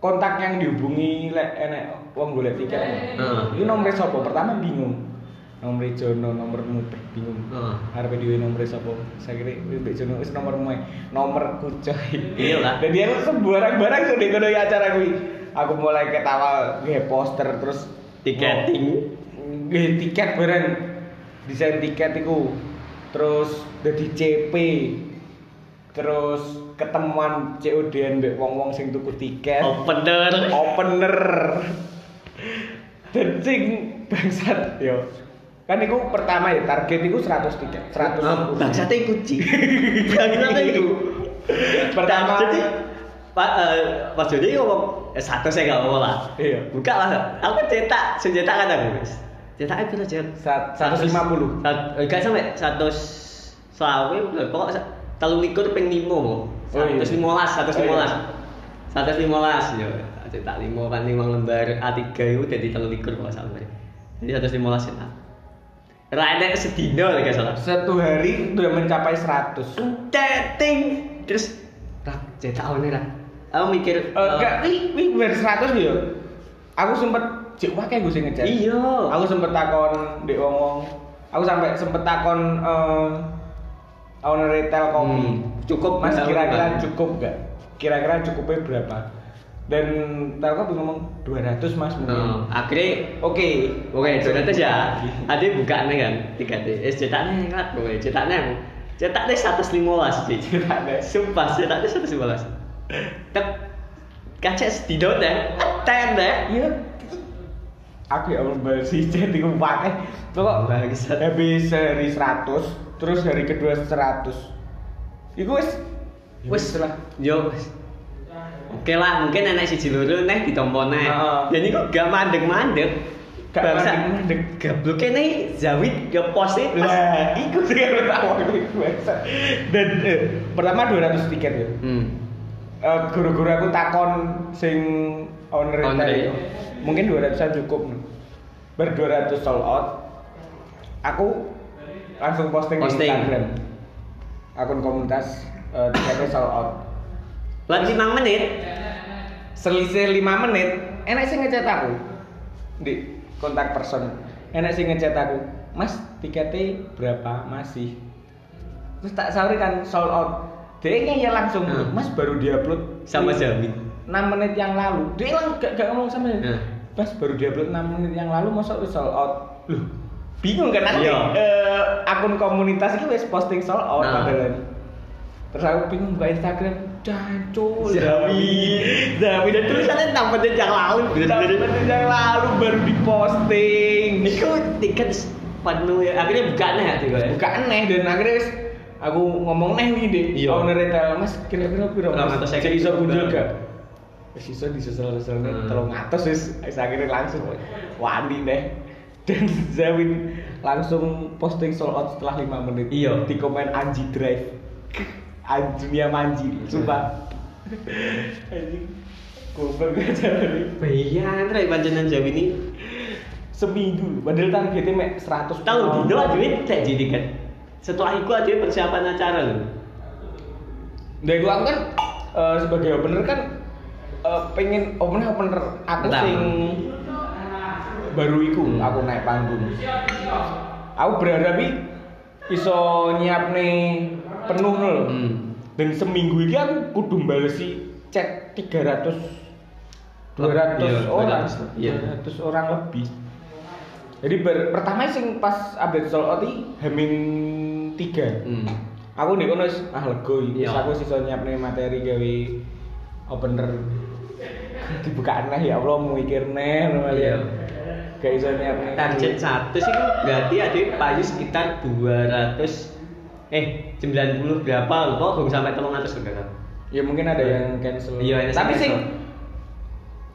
A: kontak yang dihubungi lek enek wong golek tiket.
B: Heeh.
A: Iki nomornya sapa? Pertama bingung. Nomornya Jono, nomormu bingung.
B: Heeh.
A: Arepe dhewe nomornya sapa? Sakire mbek Jono wis nomormu ae. Nomor kucoy.
B: Iya lah.
A: Dan dia langsung barang-barang sudah kono ya acara kuwi. Aku mulai ketawa nge poster terus
B: Tiketing.
A: nge tiket bareng. Desain tiket iku. Terus jadi CP. Terus ketemuan COD-an mbek wong-wong sing tuku
B: Eh.
A: tiket
B: Opener.
A: opener dan sing bangsat yo kan itu pertama ya target itu 100 tiket 100
B: Ah, Bangsate iku Ci. *laughs* Bangsate iku.
A: Pertama-
B: Nah, Jadi Pak eh, Mas Jody ngomong eh, satu saya nggak ngomong lah.
A: Iya.
B: Buka lah. Aku cetak, saya cetak kan aku guys. Cetaknya pira Jen?
A: Sat- 150.
B: Sat- eh, Enggak sampai satu selawe udah pokok sa- telu likur ping limo.
A: Oh, iya.
B: Satu limolas, satu
A: Oh, iya.
B: limolas. Satu limolas ya. Cetak limo kan lima lembar A3 itu jadi telu likur kalau sampai. Jadi satu limolas cetak. Rane sedino lek gak salah.
A: satu hari udah mencapai Eh, 100
B: Teting terus rak cetak awalnya rak. Aku mikir
A: Eh, enggak wi wi ber 100 yo ya? aku sempet jek wah kayak gue sing ngejar
B: eh, Iya.
A: aku sempet takon dek wong wong aku sampai sempet takon eh owner retail kopi
B: Hmm. Cukup,
A: mas
B: Mas,
A: kira-kira
B: kan?
A: cukup nggak kira-kira cukupnya berapa dan telkom ngomong 200 mas
B: Nah,
A: mungkin
B: akhirnya
A: oke *laughs*
B: oke ternyata ya ada bukaannya kan tiga t eh cetaknya ingat gue cetaknya aku cetaknya satu lima belas
A: Tidak ada.
B: sumpah cetaknya satu lima belas tek kaca sedino deh ya, ten deh
A: iya aku ya Allah balik sih jadi gue pakai pokok
B: Bangsat.
A: habis sehari 100 terus hari kedua 100 itu wes
B: wes Ya lah yo wes. oke lah mungkin enak si jiluru nih ditompo nih
A: Heeh.
B: dan ini gak mandek mandek
A: Gak mandek-mandek.
B: gabloknya nih Zawid ya posnya pas
A: Lah, ikut dengan awal Dan eh, pertama 200 tiket ya.
B: hmm.
A: Eh, Guru-guru aku takon sing owner
B: Owner
A: tadi.
B: ya.
A: Mungkin 200-an cukup. Ber 200 sold out. Aku langsung posting,
B: Posting.
A: di Instagram. Akun komunitas eh, tiketnya sold out.
B: Lan 5 menit.
A: Selisih 5 menit, enak sih ngechat aku. Di kontak person. Enak sih ngechat aku. Mas, tiketnya berapa? Masih. Terus tak sahur kan sold out. Dia nya ya langsung,
B: Hmm.
A: Mas baru diupload lima-
B: Sama Jamin.
A: 6 menit yang lalu. Dia lang gak, gak ngomong sama
B: Hmm.
A: Mas baru diupload 6 menit yang lalu masa wis sold out. Loh, bingung kan aku
B: Iya.
A: eh, akun komunitas itu wis posting sold out
B: Nah.
A: padahal. Terus aku bingung buka Instagram, jancul.
B: Jamin. Jamin dan tulisannya tampaknya yang lalu.
A: Enam menit yang lalu baru diposting.
B: Itu tiket penuh ya. Akhirnya buka nih ya tiga. ya?
A: Buka aneh dan akhirnya wis aku ngomong neh nih deh
B: Iya.
A: owner retail mas kira-kira piro
B: Orang
A: mas
B: atas
A: jadi
B: saya-
A: iso gundul gak wis iso di sosial-sosial
B: Hmm.
A: telung atas wis wis akhirnya langsung wani deh *laughs* dan Zawin langsung posting sold out setelah 5 menit
B: Iya.
A: di komen Anji Drive Anjunia Manji
B: Iya. *laughs*
A: sumpah anjing goblok aja
B: Bayan rek pancenan Jamin ini.
A: seminggu padahal targetnya mek 100
B: Tahu dino duit tak jadi tiket. Setelah itu ada persiapan acara loh.
A: Dari gua aku kan eh, sebagai opener kan eh, pengen opener opener aku
B: Nah.
A: sing baru iku
B: Hmm.
A: aku naik panggung. Aku berharap i- iso nyiapne penuh nol.
B: Hmm.
A: Dan seminggu ini aku kudu balesi chat 300 200
B: Iya,
A: orang,
B: 200, iya.
A: 200 orang lebih. Jadi ber- pertama sing pas update sold out i, Hamin 3
B: Hmm.
A: aku nih kono wis ah lego iki
B: Iya.
A: Terus aku sisa nyiapne materi gawe opener dibuka aneh ya Allah mikir neh lho
B: Iya.
A: ya gak iso nyiapne
B: Target satu sih kan berarti ada payu sekitar 200 eh 90 berapa loh kok belum sampai 300 loh kakak.
A: ya mungkin ada yang cancel
B: Iya, ada yang
A: tapi
B: cancel.
A: sing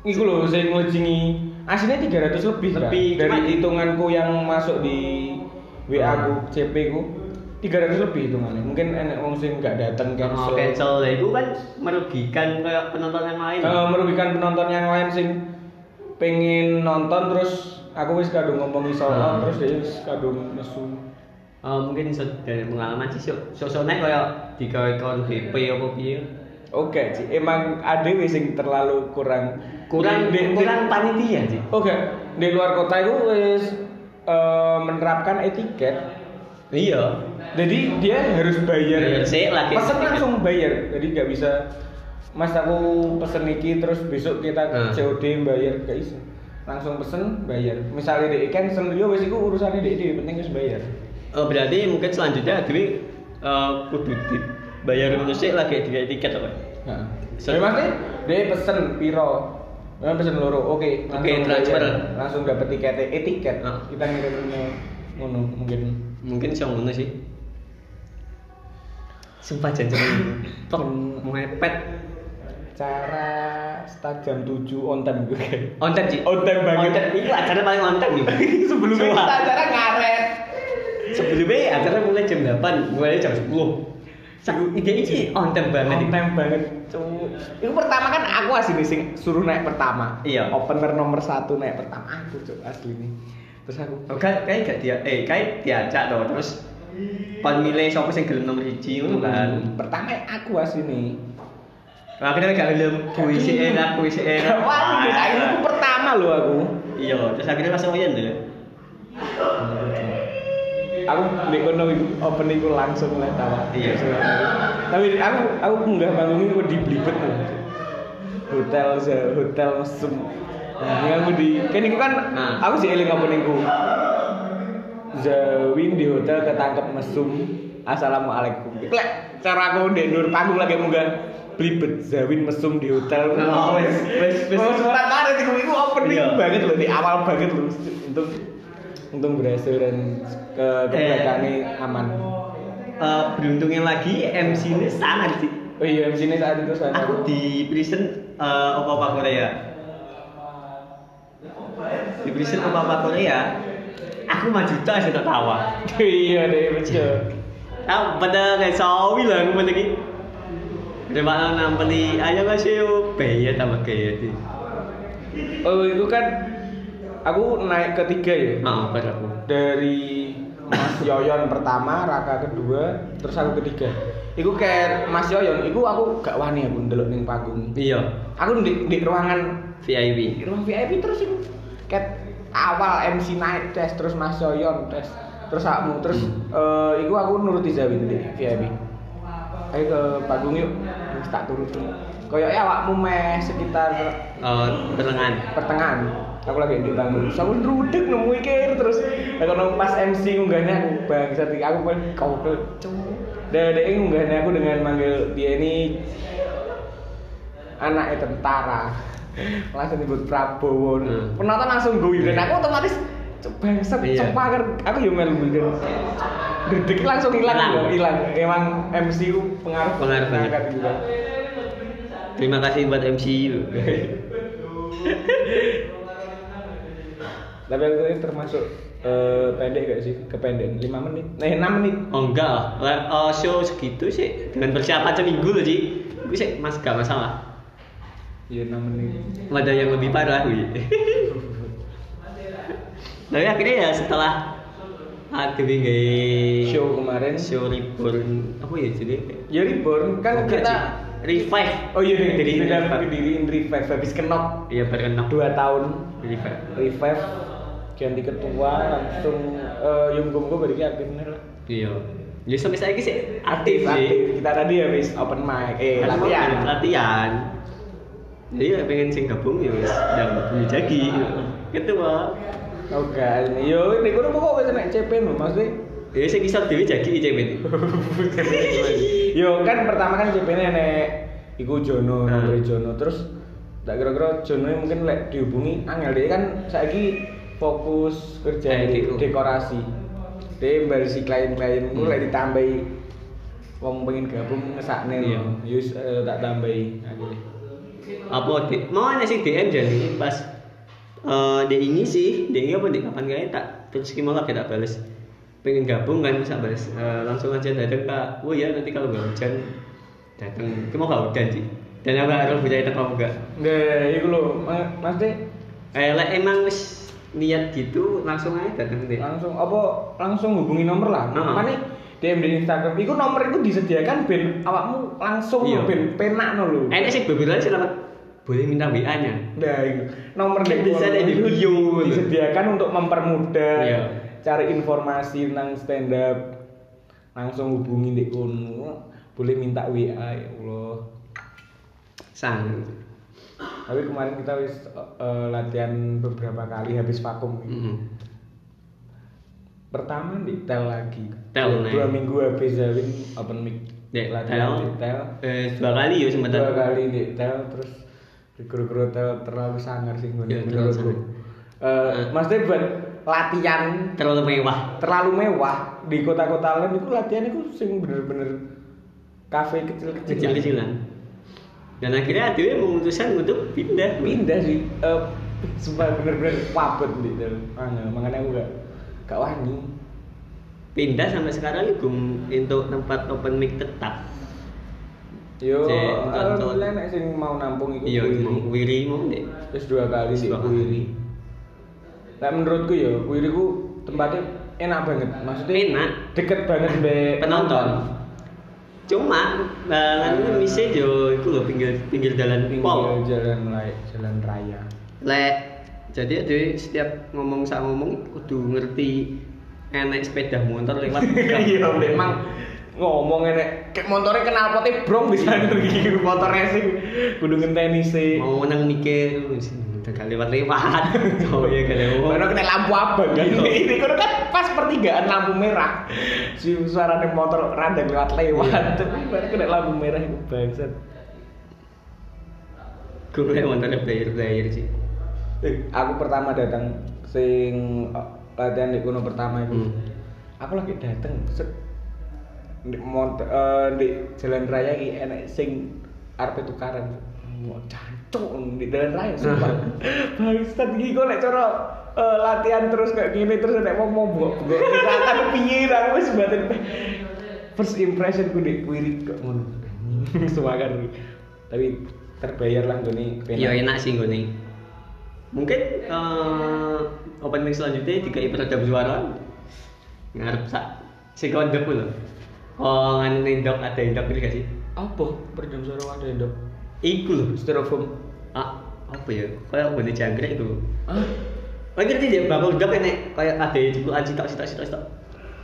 A: iku lho sing ngejingi aslinya 300 lebih, Kak.
B: Lebih,
A: dari
B: cuma-
A: hitunganku yang masuk di WA ku
B: Hmm.
A: CP ku 300 lebih hitungannya mungkin enak wong sing gak dateng cancel
B: Kalau Oh, cancel ya itu kan merugikan kayak penonton yang lain.
A: Eh, merugikan penonton yang lain sing pengen nonton terus aku wis kadung ngomongi soal
B: Hmm.
A: terus dia wis kadung nesu
B: Eh, mungkin so, dari pengalaman sih so- sosoknya kayak digawe kon DP apa piye.
A: oke Ci. emang adewe sing terlalu kurang Di-
B: Kurang
A: di-
B: kurang panitia sih.
A: oke di luar kota itu wis eh, menerapkan etiket
B: Iya.
A: jadi dia harus bayar
B: Bayar sih, lagi
A: pesen
B: etiket.
A: Iya, langsung bayar jadi nggak bisa mas aku pesen iki terus besok kita
B: Hmm.
A: COD bayar gak iso langsung pesen bayar misalnya dia cancel yo wis iku urusannya dia dia penting wis bayar
B: Eh, berarti mungkin selanjutnya Dewi eh kudu dibayar dulu sih lagi di tiket apa?
A: Heeh. Ya
B: Set-
A: maksudnya dia pesen piro. Dia pesen loro. Oke, langsung
B: Oke, transfer.
A: bayar. Langsung dapat tiketnya, eh tiket.
B: Heeh.
A: Kita ngirimnya ngono mungkin.
B: Mungkin sih ngono sih. Sumpah jangan Tok mepet.
A: Cara start jam 7 on time gue.
B: On time sih.
A: *laughs* On time banget.
B: On time. Ini acara iya, paling on time nih.
A: *laughs* Sebelumnya
B: Sumpah.
A: kita acara ngaret.
B: Sebelumnya acara mulai jam 8, mulai jam 10. Saku ide Kan ini on time banget.
A: On time banget. Cuk. Itu pertama kan aku asli nih, sing suruh naik pertama.
B: Iya.
A: Opener nomor satu naik pertama aku cuk asli nih. Terus aku
B: Oh, kan kayak gak dia eh kayak diajak toh terus pan milih siapa sing gelem nomor 1 ngono kan.
A: pertama aku asli nih.
B: Nah, akhirnya gak gelem kuis sih enak kuis sih enak.
A: Wah, akhirnya aku pertama loh aku.
B: Ah, Iya, terus akhirnya langsung ngoyen deh.
A: aku di kono iku open iku langsung lah tawa
B: Iya.
A: tapi aku aku nggak bangun iku di blibet loh. hotel se- hotel mesum ini aku di kan iku kan
B: Nah.
A: aku sih eling open iku Zawin di hotel ketangkep mesum Assalamualaikum Iku lek cara aku ndek nur panggung lagi munggah blibet Zawin mesum di hotel
B: Oh, wes, wes, wes.
A: Oh, suara karet iku iku opening
B: Iya.
A: banget loh di awal banget loh untuk untuk berhasil dan ke kebelakangnya aman
B: Eh beruntungnya lagi MC ini sangat sih.
A: oh iya di sini saat itu saya
B: Aku di prison eh apa-apa Korea. Di prison apa-apa Korea. Aku mah juta sih tak tawa.
A: *laughs* iya deh betul
B: Ah, pada kayak sawi lah aku pada gitu. Terima kasih nampeli ayo kasih yo bayar tambah kaya di.
A: oh itu kan aku naik ketiga ya
B: Mau pada aku.
A: dari Mas Yoyon pertama, Raka kedua, terus aku ketiga. Iku kayak Mas Yoyon, iku aku gak wani aku ndelok ning panggung.
B: Iya,
A: Aku di, di ruangan
B: VIP.
A: di ruang VIP terus iku ket awal MC naik tes terus Mas Yoyon tes terus akmu terus eh, iku aku nuruti Zawin di VIP. Ayo ke panggung yuk, terus tak turuti. Koyoknya awakmu meh sekitar
B: Eh, pertengahan.
A: pertengahan aku lagi di bangun so aku ngerudek nemu ikir terus aku nemu pas MC ngunggahnya aku bang sati aku kan kau ke dan ada yang ngunggahnya aku dengan manggil dia ini anaknya tentara *laughs* langsung disebut Prabowo
B: Hmm.
A: penonton langsung gue dan aku otomatis "Cuk, bangsat
B: Iya.
A: cuk pager aku yang melu gitu Gerdek langsung
B: Hilang.
A: hilang hilang emang MC ku pengaruh
B: Pengaruh banget.
A: sangat gitu.
B: Terima kasih buat MCU.
A: tapi aku ini termasuk eh, pendek gak sih kependekan 5 menit eh 6 menit
B: Oh enggak lah, Lah, eh, show segitu sih dengan persiapan seminggu loh Ji. Gue sih mas gak masalah.
A: Iya 6 menit.
B: Ada yang lebih parah gue. *laughs* Tapi akhirnya ya setelah aku bingung
A: Show kemarin.
B: show reborn apa ya jadi
A: Ya reborn kan kita
B: revive
A: Oh iya nih,
B: Jadi
A: kita
B: revive
A: didiriin revive habis kenok
B: iya berenang
A: 2 tahun
B: revive
A: revive ganti ketua langsung eh yung gum gue beri akhirnya lah.
B: iya ya sampai saya sih aktif
A: aktif.
B: sih
A: Kita tadi habis open mic, eh
B: Kan mau
A: latihan.
B: latihan jadi ya pengen sing gabung ya wis dan punya jagi
A: Ah.
B: gitu mah
A: Oh gak, ini yo ini gue pokok wes naik CP loh maksudnya.
B: ya sing kisah dewi jagi ICB
A: *laughs* yo kan pertama kan CP nya nek Iku Jono,
B: Nah.
A: nomor Jono terus tak kira-kira Jono ini mungkin lek dihubungi angel dia kan saiki fokus kerja
B: Eh,
A: di
B: gitu.
A: dekorasi dia barisi klien-klien gue
B: Hmm.
A: lek ditambahi wong pengen gabung ngesakne
B: Iya.
A: lho yus eh, tak tambahi akhirnya
B: apa di mau nanya sih DM jadi pas eh dia ini sih dia ini apa di kapan kayaknya tak terus gimana lagi tak balas pengen gabung kan bisa balas Eh, langsung aja datang kak oh iya nanti kalau nggak hujan datang kamu nggak hujan sih dan apa harus percaya tak kamu nggak
A: Nah, iku lho, ma- Mas Dek,
B: eh lah emang wis niat gitu langsung aja datang deh
A: langsung apa langsung hubungi nomor lah.
B: Heeh.
A: Makane DM di Instagram, iku nomor iku disediakan ben awakmu langsung
B: Iya.
A: lho ben penakno lho.
B: enak sih bebelan sih lewat boleh minta WA nya
A: Nah, itu. nomor
B: Bisa
A: telepon
B: ada di
A: itu
B: video.
A: disediakan untuk mempermudah
B: Iya.
A: cari informasi tentang stand up langsung hubungi di kono boleh minta WA ya Allah
B: sang
A: tapi kemarin kita wis eh, latihan beberapa kali habis vakum
B: Mm-mm.
A: pertama di tel lagi
B: Tel,
A: dua, dua
B: nih.
A: minggu habis Zawin open mic
B: Dek,
A: latihan di
B: tel.
A: tel
B: eh dua kali ya sempat
A: dua kali di tel terus di guru-guru tel terlalu sangar sih gue
B: Iya, terlalu
A: menurutku Eh, maksudnya buat latihan
B: terlalu mewah
A: terlalu mewah di kota-kota lain itu latihan itu sing bener-bener kafe kecil-kecil
B: kecil-kecilan dan akhirnya dia memutuskan untuk pindah
A: pindah sih Eh, sumpah bener-bener wabet di dalam
B: Anu,
A: Angel. makanya aku gak gak wani
B: pindah sampai sekarang itu untuk tempat open mic tetap
A: yo
B: Cek, tonton.
A: alhamdulillah nek sing mau nampung itu
B: iya
A: kuiri
B: mau wiri mau deh
A: terus dua kali sih
B: Dua kali.
A: kuiri nah menurutku ya kuiri ku tempatnya enak banget maksudnya
B: Enak.
A: deket banget be
B: penonton cuma eh, lalu misalnya yo itu loh pinggir pinggir jalan
A: Iya. pinggir
B: pol
A: jalan raya jalan raya
B: lek jadi ada setiap ngomong sama ngomong kudu ngerti enek sepeda motor lewat
A: *laughs* iya memang ngomong enek kayak motornya kenal potnya brong bisa ngerti motor racing kudu ngenteni sih
B: mau nang mikir gak
A: *laughs*
B: lewat-lewat oh iya gak
A: baru
B: lewat
A: kena lampu abang kan
B: Iya.
A: ini kan kan pas pertigaan lampu merah si suara nih motor randang lewat lewat
B: Iya.
A: tapi baru kena lampu merah itu bangsat
B: gue motornya player-player sih
A: Eh, aku pertama datang sing eh, latihan di kuno pertama itu
B: Hmm.
A: aku lagi datang set di motor eh, di jalan raya iki enek sing arep tukaran mau cancuk di jalan raya sumpah *laughs* bangsat iki kok nek cara eh, latihan terus kayak gini terus nek mau mau buka buka kita akan piye aku wis batin first impression ku di wirid kok ngono *laughs* semangat tapi terbayar lah gini
B: Iya enak sih gue nih. Mungkin eh, open mic selanjutnya tiga peredam suara. ngarep sak sing kondok lho. Oh, nganu ning ndok ada ndok iki gak sih?
A: Apa? Peredam suara wadah dok.
B: Iku lho.
A: Styrofoam.
B: Ah, apa ya? Kayak bone jangkrik itu.
A: Hah?
B: Oh, ngerti dia bakul ndok enek kayak ada cukukan sitok-sitok-sitok. sitok.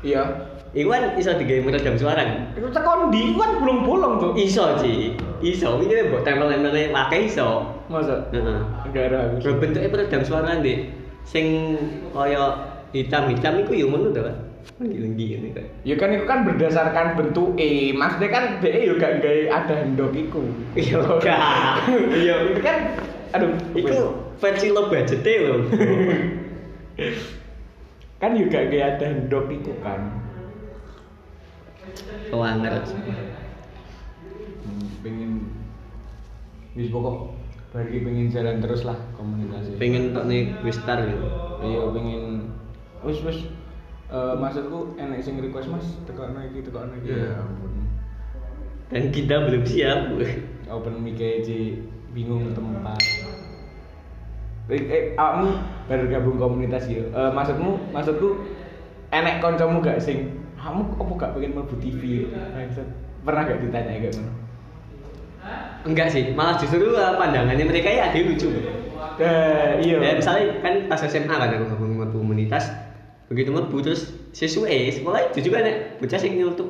A: Iya.
B: Iku kan iso digawe meredam suara. kan?
A: Itu tekan di kan belum bolong tuh.
B: Iso, Ci. Iso, ini mbok tempel-tempelne pakai iso.
A: Masa?
B: Heeh.
A: Enggak ada aku.
B: Bro, bentuknya peredam suara ndek sing kaya hitam-hitam iku yo ngono to kan. Lenggi-lenggi ngene kaya.
A: Ya kan itu kan berdasarkan bentuk E. Maksudnya kan DE juga enggak ada handok iku. *laughs*
B: Iya, enggak.
A: Iya, itu kan aduh,
B: Iku versi lo budget lho.
A: kan juga enggak ada handok iku kan.
B: *laughs* Kewanger.
A: Hmm, pengen wis pokok bagi pengen jalan terus lah komunikasi.
B: Pengen tok nih Wistar gitu.
A: Iya, pengen wis wis Eh, maksudku enak sing request Mas, tekan lagi, tekan lagi.
B: Iya.
A: Ya ampun.
B: Dan kita belum siap.
A: open mic aja bingung tempat eh, eh kamu baru gabung komunitas yo Eh, maksudmu maksudku enek kancamu gak sing kamu apa gak pengen mlebu TV Maksud, pernah gak ditanya kayak ngono
B: Enggak sih, malah justru uh, pandangannya mereka ya ada yang lucu.
A: Eh, iya
B: Ya, misalnya kan pas SMA kan aku gabung sama komunitas begitu mlebu terus sesuai sekolah itu juga nek bocah sing nyeletuk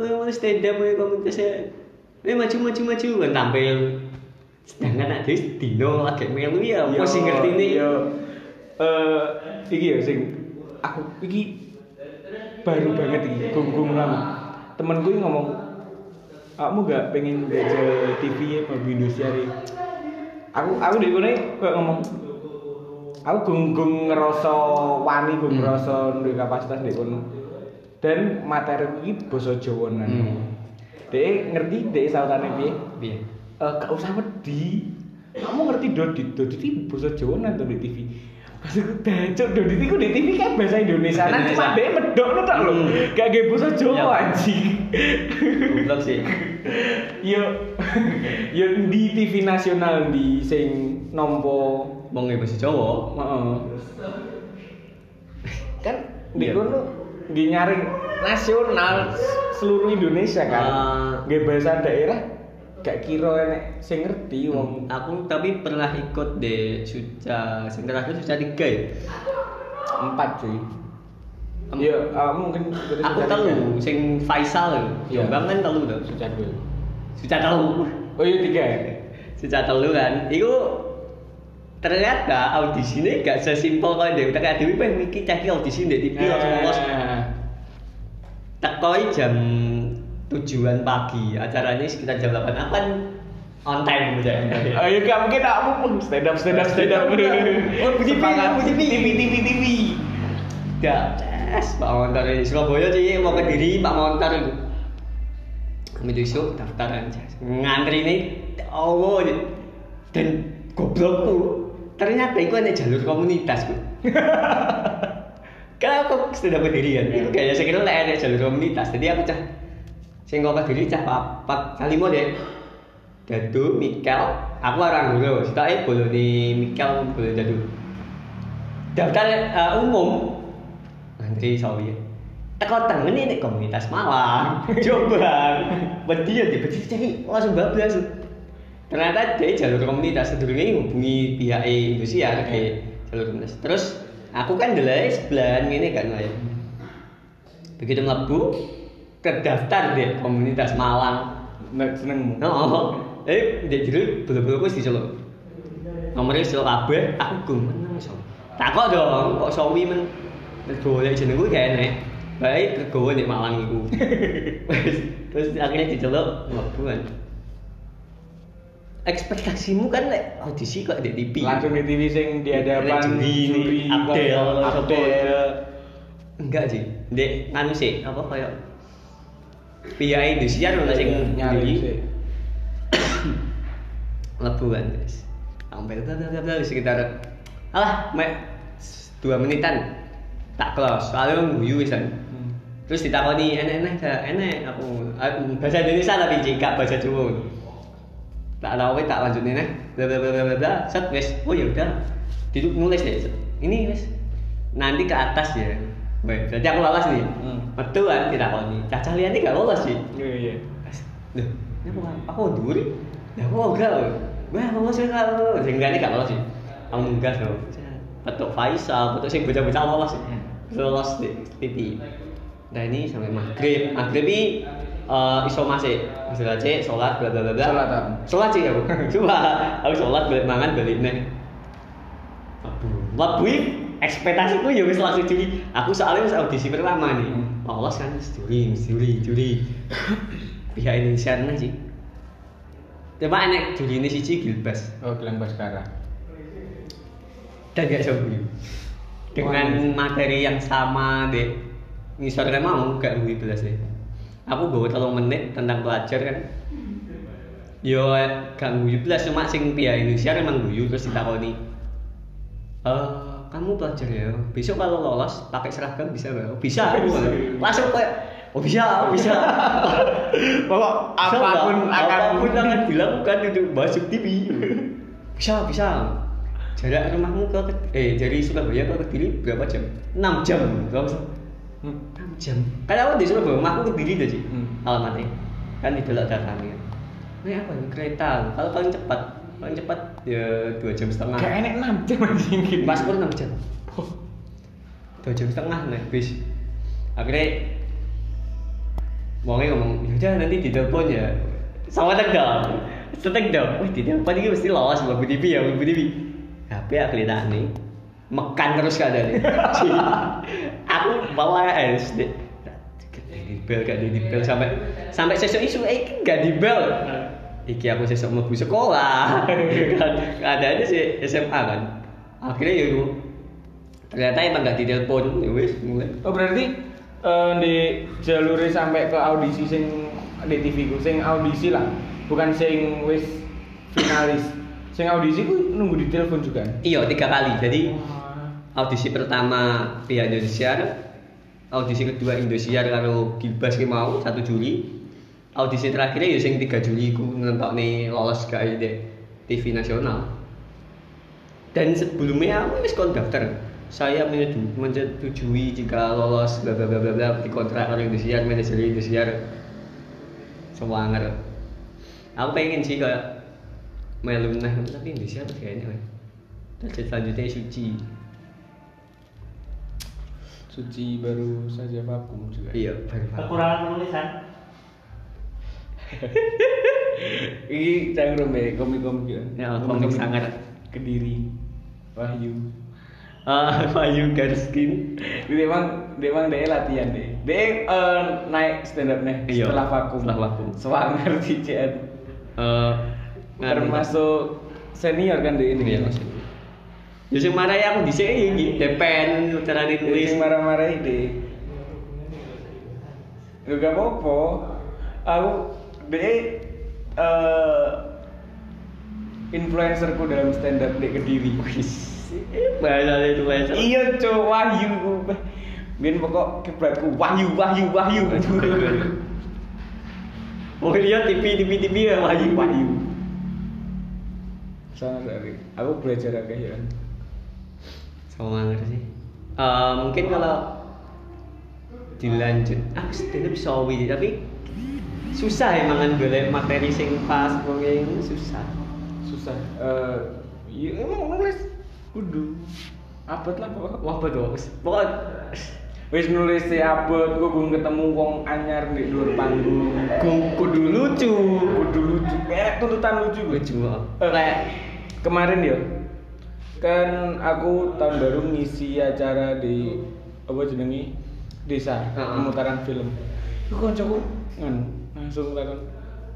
B: wah mau stand up wah komunitas ya wah maju maju maju kan tampil sedangkan ada dino agak melu ya
A: Iya,
B: apa sih ngerti ini
A: yo Eh, iki yo sing aku iki baru banget iki gunggung lama temenku yang ngomong kamu gak pengen belajar TV ya mau Indonesia hari aku aku di kono kayak ngomong aku gunggung ngerasa wani gung
B: Hmm.
A: ngerasa duwe kapasitas di kono dan materi iki basa Jawa nan
B: Hmm.
A: Dek ngerti dek sautane piye
B: Iya.
A: Eh, gak usah wedi. Kamu ngerti Dodit? Dodit itu bahasa Jawa nonton di TV. Maksudku dacok Dodit itu di TV kan bahasa Indonesia. Nanti
B: Indonesia.
A: cuma dia medok lo tak lo.
B: Hmm.
A: Gak kayak bahasa Jawa
B: Iya.
A: anjing.
B: goblok sih
A: Yo, *laughs* yo di TV nasional di sing nompo.
B: mau nggak bahasa e Jawa
A: Heeh. Kan di
B: Iya.
A: kono di nyaring nasional seluruh Indonesia kan.
B: Ah.
A: Nggak bahasa daerah gak kira enek sing ngerti wong
B: Iya, aku tapi pernah ikut di suca sing terakhir suca tiga ya
A: empat cuy
B: Em-
A: iya eh, mungkin dari
B: aku
A: Sudan
B: telu
A: tiga.
B: sing Faisal
A: Iya.
B: Jombang kan telu tuh
A: Sudan dulu
B: suca telu
A: oh iya tiga ya
B: sejak telu kan itu ternyata audisi ini gak sesimpel kalau dia tak ada pengen mikir cari audisi di TV langsung lolos
A: Eh,
B: tekoi jam tujuan pagi acaranya sekitar jam 8 aku kan on time gitu
A: oh iya gak mungkin aku pun stand up stand up stand up *laughs*
B: Oh, Bu Tivi,
A: Semangat.
B: Bu Tivi.
A: TV TV TV
B: gak tes Pak Montar ini Surabaya sih mau ke diri Pak Montar itu kami besok daftaran Jas. ngantri ini Allah ya. dan goblokku ternyata itu ada jalur komunitas Bu. Karena aku sudah berdiri kan, itu kayaknya saya kira lah ada jalur komunitas. Jadi aku cah, saya nggak berdiri cah papat kali mau deh. Dadu, Mikel, aku orang dulu. Setelah itu boleh di Mikel, boleh Dadu. Daftar eh, umum, nanti sawi. Teko tangan ini komunitas Malang, *laughs* coba. Bedi ya, bedi cari langsung bablas. Ternyata dari jalur komunitas sedurungnya hubungi pihak Indonesia kayak jalur komunitas. Terus aku kan delay sebelahan ini kan lah ya begitu mlebu terdaftar di komunitas Malang
A: nah senengmu
B: no eh dia jadi belum-belum wis diceluk nomornya diceluk kabeh aku gum menang iso tak kok dong kok sawi men tergowo lek jenengku gak enek baik tergowo di Malang iku Wis, terus akhirnya diceluk mlebu kan ekspektasimu kan lek audisi kok di TV
A: langsung di TV sing di hadapan
B: Juri, Abdel,
A: Abdel
B: siapa?
A: Abdel
B: enggak sih dek nganu sih apa kayak pihak Indonesia dong sing
A: nyari
B: nyari lebuan guys ambil bla bla bla bla, sekitar alah mek dua menitan tak close soalnya guyu wisan
A: Hmm.
B: terus ditakoni enak enak gak enak aku aku- bahasa Indonesia tapi jika bahasa Jawa tak tahu weh, tak lanjutin nih bla bla bla bla bla bla set wes oh ya udah duduk nulis deh set. ini wes nanti ke atas ya Weh, berarti aku lolos nih.
A: Hmm.
B: Metu kan ditakoni. Cacah liyane gak lolos sih.
A: Iya iya.
B: Duh, ini aku aku nduri. Ya aku enggak loh. Wah, aku lolos enggak lolos. Sing enggak ini gak lolos sih. Aku enggak loh. Petuk Faisal, petuk sing bocah-bocah lolos sih. Lolos di TV. Nah ini sampai maghrib, maghrib ini eh, iso masih istilah C, sholat, bla bla bla bla.
A: Sholat, ah.
B: sholat sih aku. *laughs* Coba, aku sholat balik mangan balik neng. Lebih ekspektasiku ya wis langsung juri. Aku soalnya wis audisi pertama nih. Lolos kan wis juri, wis juri, juri. Pihak Indonesia nih sih. Coba enek juri ini siji Gilbas
A: Oh, Gilang Baskara.
B: dan gak jauh dengan materi yang sama deh ngisor kan mau gak gue belas deh aku bawa telung menit tentang pelajar kan yo gak gue belas cuma sing pihak Indonesia emang gue terus ditakoni eh kamu pelajar ya besok kalau lolos pakai seragam bisa nggak? Oh, bisa aku langsung kayak oh bisa oh, bisa
A: Pokok apapun
B: Bisa,
A: akan
B: *laughs* apapun akan dilakukan untuk masuk TV bisa bisa jarak rumahmu ke eh dari Surabaya ke Kediri berapa jam 6 jam berapa jam?
A: Hmm.
B: 6 jam karena aku di Surabaya rumahku Kediri aja sih
A: Hmm.
B: alamatnya kan di belakang datangnya ini apa ini kereta kalau paling cepat paling cepat ya dua jam setengah
A: Kayak enek 6 jam anjing gitu.
B: paspor 6 jam
A: Oh.
B: dua jam setengah naik bis akhirnya wongnya ngomong yaudah nanti ditelepon ya sama tek dong setek dong wih ditelepon ini mesti lolos mbak Bu Tibi ya mbak Bu Tibi HP aku lihat nih mekan terus keadaan ini Jadi, aku bawa SD di bel gak di bel sampai sampai sesuk isu eh iki gak di bel iki aku sesuk mlebu sekolah kan keadaannya sih SMA kan akhirnya ya aku ternyata emang gak ditelepon ya wis mulai
A: Oh, berarti eh, di jalur sampai ke audisi sing di TV ku sing audisi lah, bukan sing wis finalis. Sing audisi ku nunggu di telepon juga.
B: Iya, tiga kali. Jadi audisi pertama via Indonesia, audisi kedua Indonesia karo Gilbas ki mau satu juri. Audisi terakhirnya ya sing 3 Juli ku nentokne lolos gak ya dek TV nasional. Dan sebelumnya aku wis kon daftar. Saya menyetu- menyetujui jika lolos bla bla bla bla bla di kontrak oleh Indosiar, manajer Indosiar. Sewanger. Aku pengen sih kayak melu nah tapi Indonesia apa kayaknya weh. Target selanjutnya suci.
A: Suci baru saja vakum juga.
B: Iya, baru.
C: kekurangan penulisan
A: Ini canggung ya, komik-komik ya.
B: Ya, komik sangar.
A: Kediri, Wahyu.
B: Ah, *laughs* Bayu Garskin.
A: Dia emang, dia emang dia latihan deh. Dia eh, naik stand up nih
B: Iya,
A: setelah vakum.
B: setelah vakum.
A: Swanger di CN.
B: Eh,
A: Termasuk senior kan dia ini.
B: ini ya maksudnya. Ya sing marai aku dhisik ya iki, depen cara
A: Jadi
B: ditulis.
A: yang marah-marah ide. Lu gak apa-apa. Aku de eh influencerku dalam stand up di Kediri.
B: Bahasa Eh, itu bahasa.
A: iya, cowok Wahyu. Biar pokok kiblatku Wahyu, Wahyu, Wahyu.
B: Oh lihat TV TV TV ya
A: iya.
B: Bayu Bayu.
A: Sangat sekali. Aku belajar agak ya.
B: Sama ngerti sih. Eh, mungkin kalau dilanjut aku stand up sawi tapi susah ya mangan golek materi sing pas pokoknya ini susah
A: Susah. Eh, iya emang nulis kudu. Abot lah pokok.
B: wah betul pokoknya
A: Wis nulis si abot, gue belum ketemu wong anyar di luar panggung.
B: *laughs* Ku- kudu lucu
A: Kudu lucu, enak tuntutan lucu gue.
B: lucu kok.
A: Eh,
B: kayak
A: Kemarin ya, kan aku tahun baru ngisi acara di apa jenengi desa
B: Heeh.
A: pemutaran film. Lu kancaku ngan langsung takon.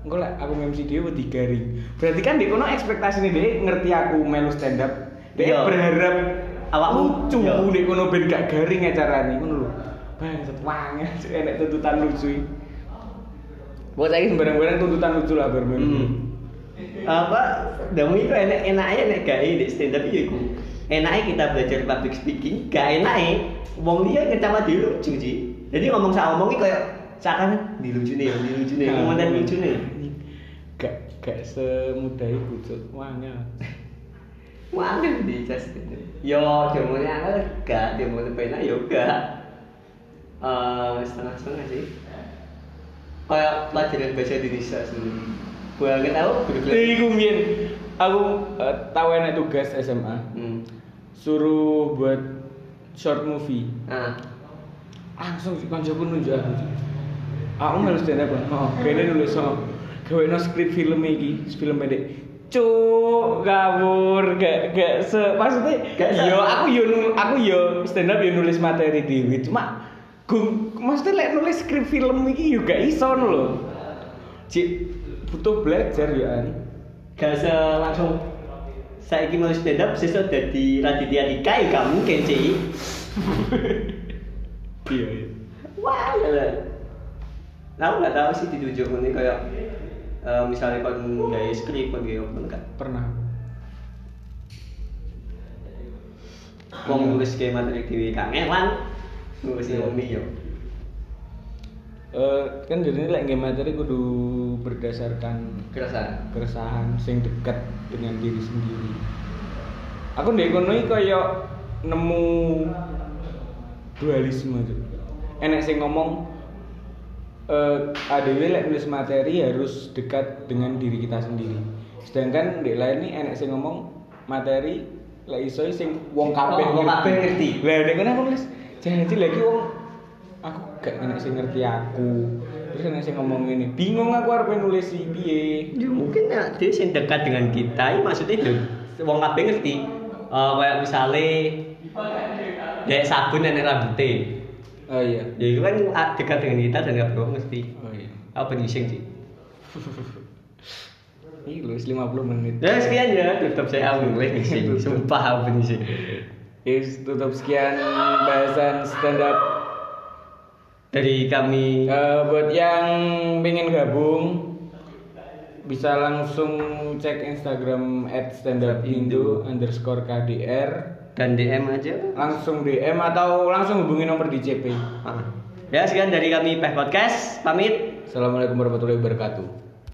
A: Engko lek aku MC dhewe wedi garing. Berarti kan dek kono ekspektasine dek ngerti aku melu stand up. Dek
B: Iya.
A: berharap
B: Awakmu,
A: lucu
B: iya.
A: dek kono ben gak garing acarane ngono lho. Bangsat wangen enek tuntutan lucu. iki. Buat saya sembarang-barang tuntutan lucu lah bermain.
B: hmm. apa damu itu enak enak aja enak gak di stand up itu enaknya ya kita belajar public speaking gak enaknya wong dia ngecama di lucu sih jadi ngomong sama ngomongnya kayak seakan di lucu nih di lucu nih ngomong tentang lucu nih
A: Nah, iya. gak gak semudah itu cuk wangel
B: wah kan di just yo jamunya angel gak dia mau lebih enak yo gak eh, setengah-setengah sih kayak pelajaran bahasa Indonesia sendiri boleh tahu
A: Ih,
B: berbeda
A: Iku mien. Aku eh, tahu enak tugas SMA.
B: hmm.
A: Suruh buat short movie.
B: nah
A: Langsung koncoku nunjuk aku. Aku melu stand up lah. Oh, kene nulis so. Gawe no skrip film iki, film pendek. Cuk, kabur, gak gak se maksudnya
B: Gak se-
A: yo aku yo nu- aku yo stand up yo nulis materi dhewe cuma gung maksudnya lek nulis skrip film iki yo gak iso ngono lho. Cik butuh belajar yo an.
B: gak se langsung saya ingin mau stand up sesuk jadi Raditya Dika ya gak mungkin sih
A: Iya iya.
B: wah ya lah aku gak tahu sih ditunjuk ini kayak eh, misalnya kon gaya skrip kon gaya apa enggak
A: Pernah.
B: Wong nulis ke materi dhewe kangelan nulis ilmi yo.
A: Eh, kan jadi lek nggih materi kudu berdasarkan
B: Kerasa.
A: keresahan sing dekat dengan diri sendiri. Aku ndek kono iki kaya nemu dualisme tuh. Enek sing ngomong eh ADW lek nulis materi harus dekat dengan diri kita sendiri. Sedangkan ndek lain nih enek sing ngomong materi lek iso sing wong kabeh
B: Wong- wong kabeh ngerti.
A: Lah ndek kono aku nulis jangan lagi wong aku gak enak sih ngerti aku terus enak sih ngomong ini bingung aku harus nulis si piye
B: Ya mungkin ya dia sing dekat dengan kita, ya, maksudnya lho wong kabeh ngerti. Eh kayak misale dek sabun nenek rambutnya
A: oh iya
B: Ya itu kan ah, dekat dengan kita dan kabeh wong ngerti.
A: oh iya
B: Apa penyising sih?
A: ini nulis 50 menit
B: Ya sekian ya, tutup saya aku mulai ngising. Sumpah aku penyising.
A: Yes, tutup sekian bahasan stand up
B: Dari kami
A: Eh, buat yang pengen gabung bisa langsung cek Instagram at stand up Indo underscore KDR
B: dan DM aja.
A: langsung DM atau langsung hubungi nomor di CP
B: Ah. Ya sekian dari kami Peh Podcast. Pamit.
A: Assalamualaikum warahmatullahi wabarakatuh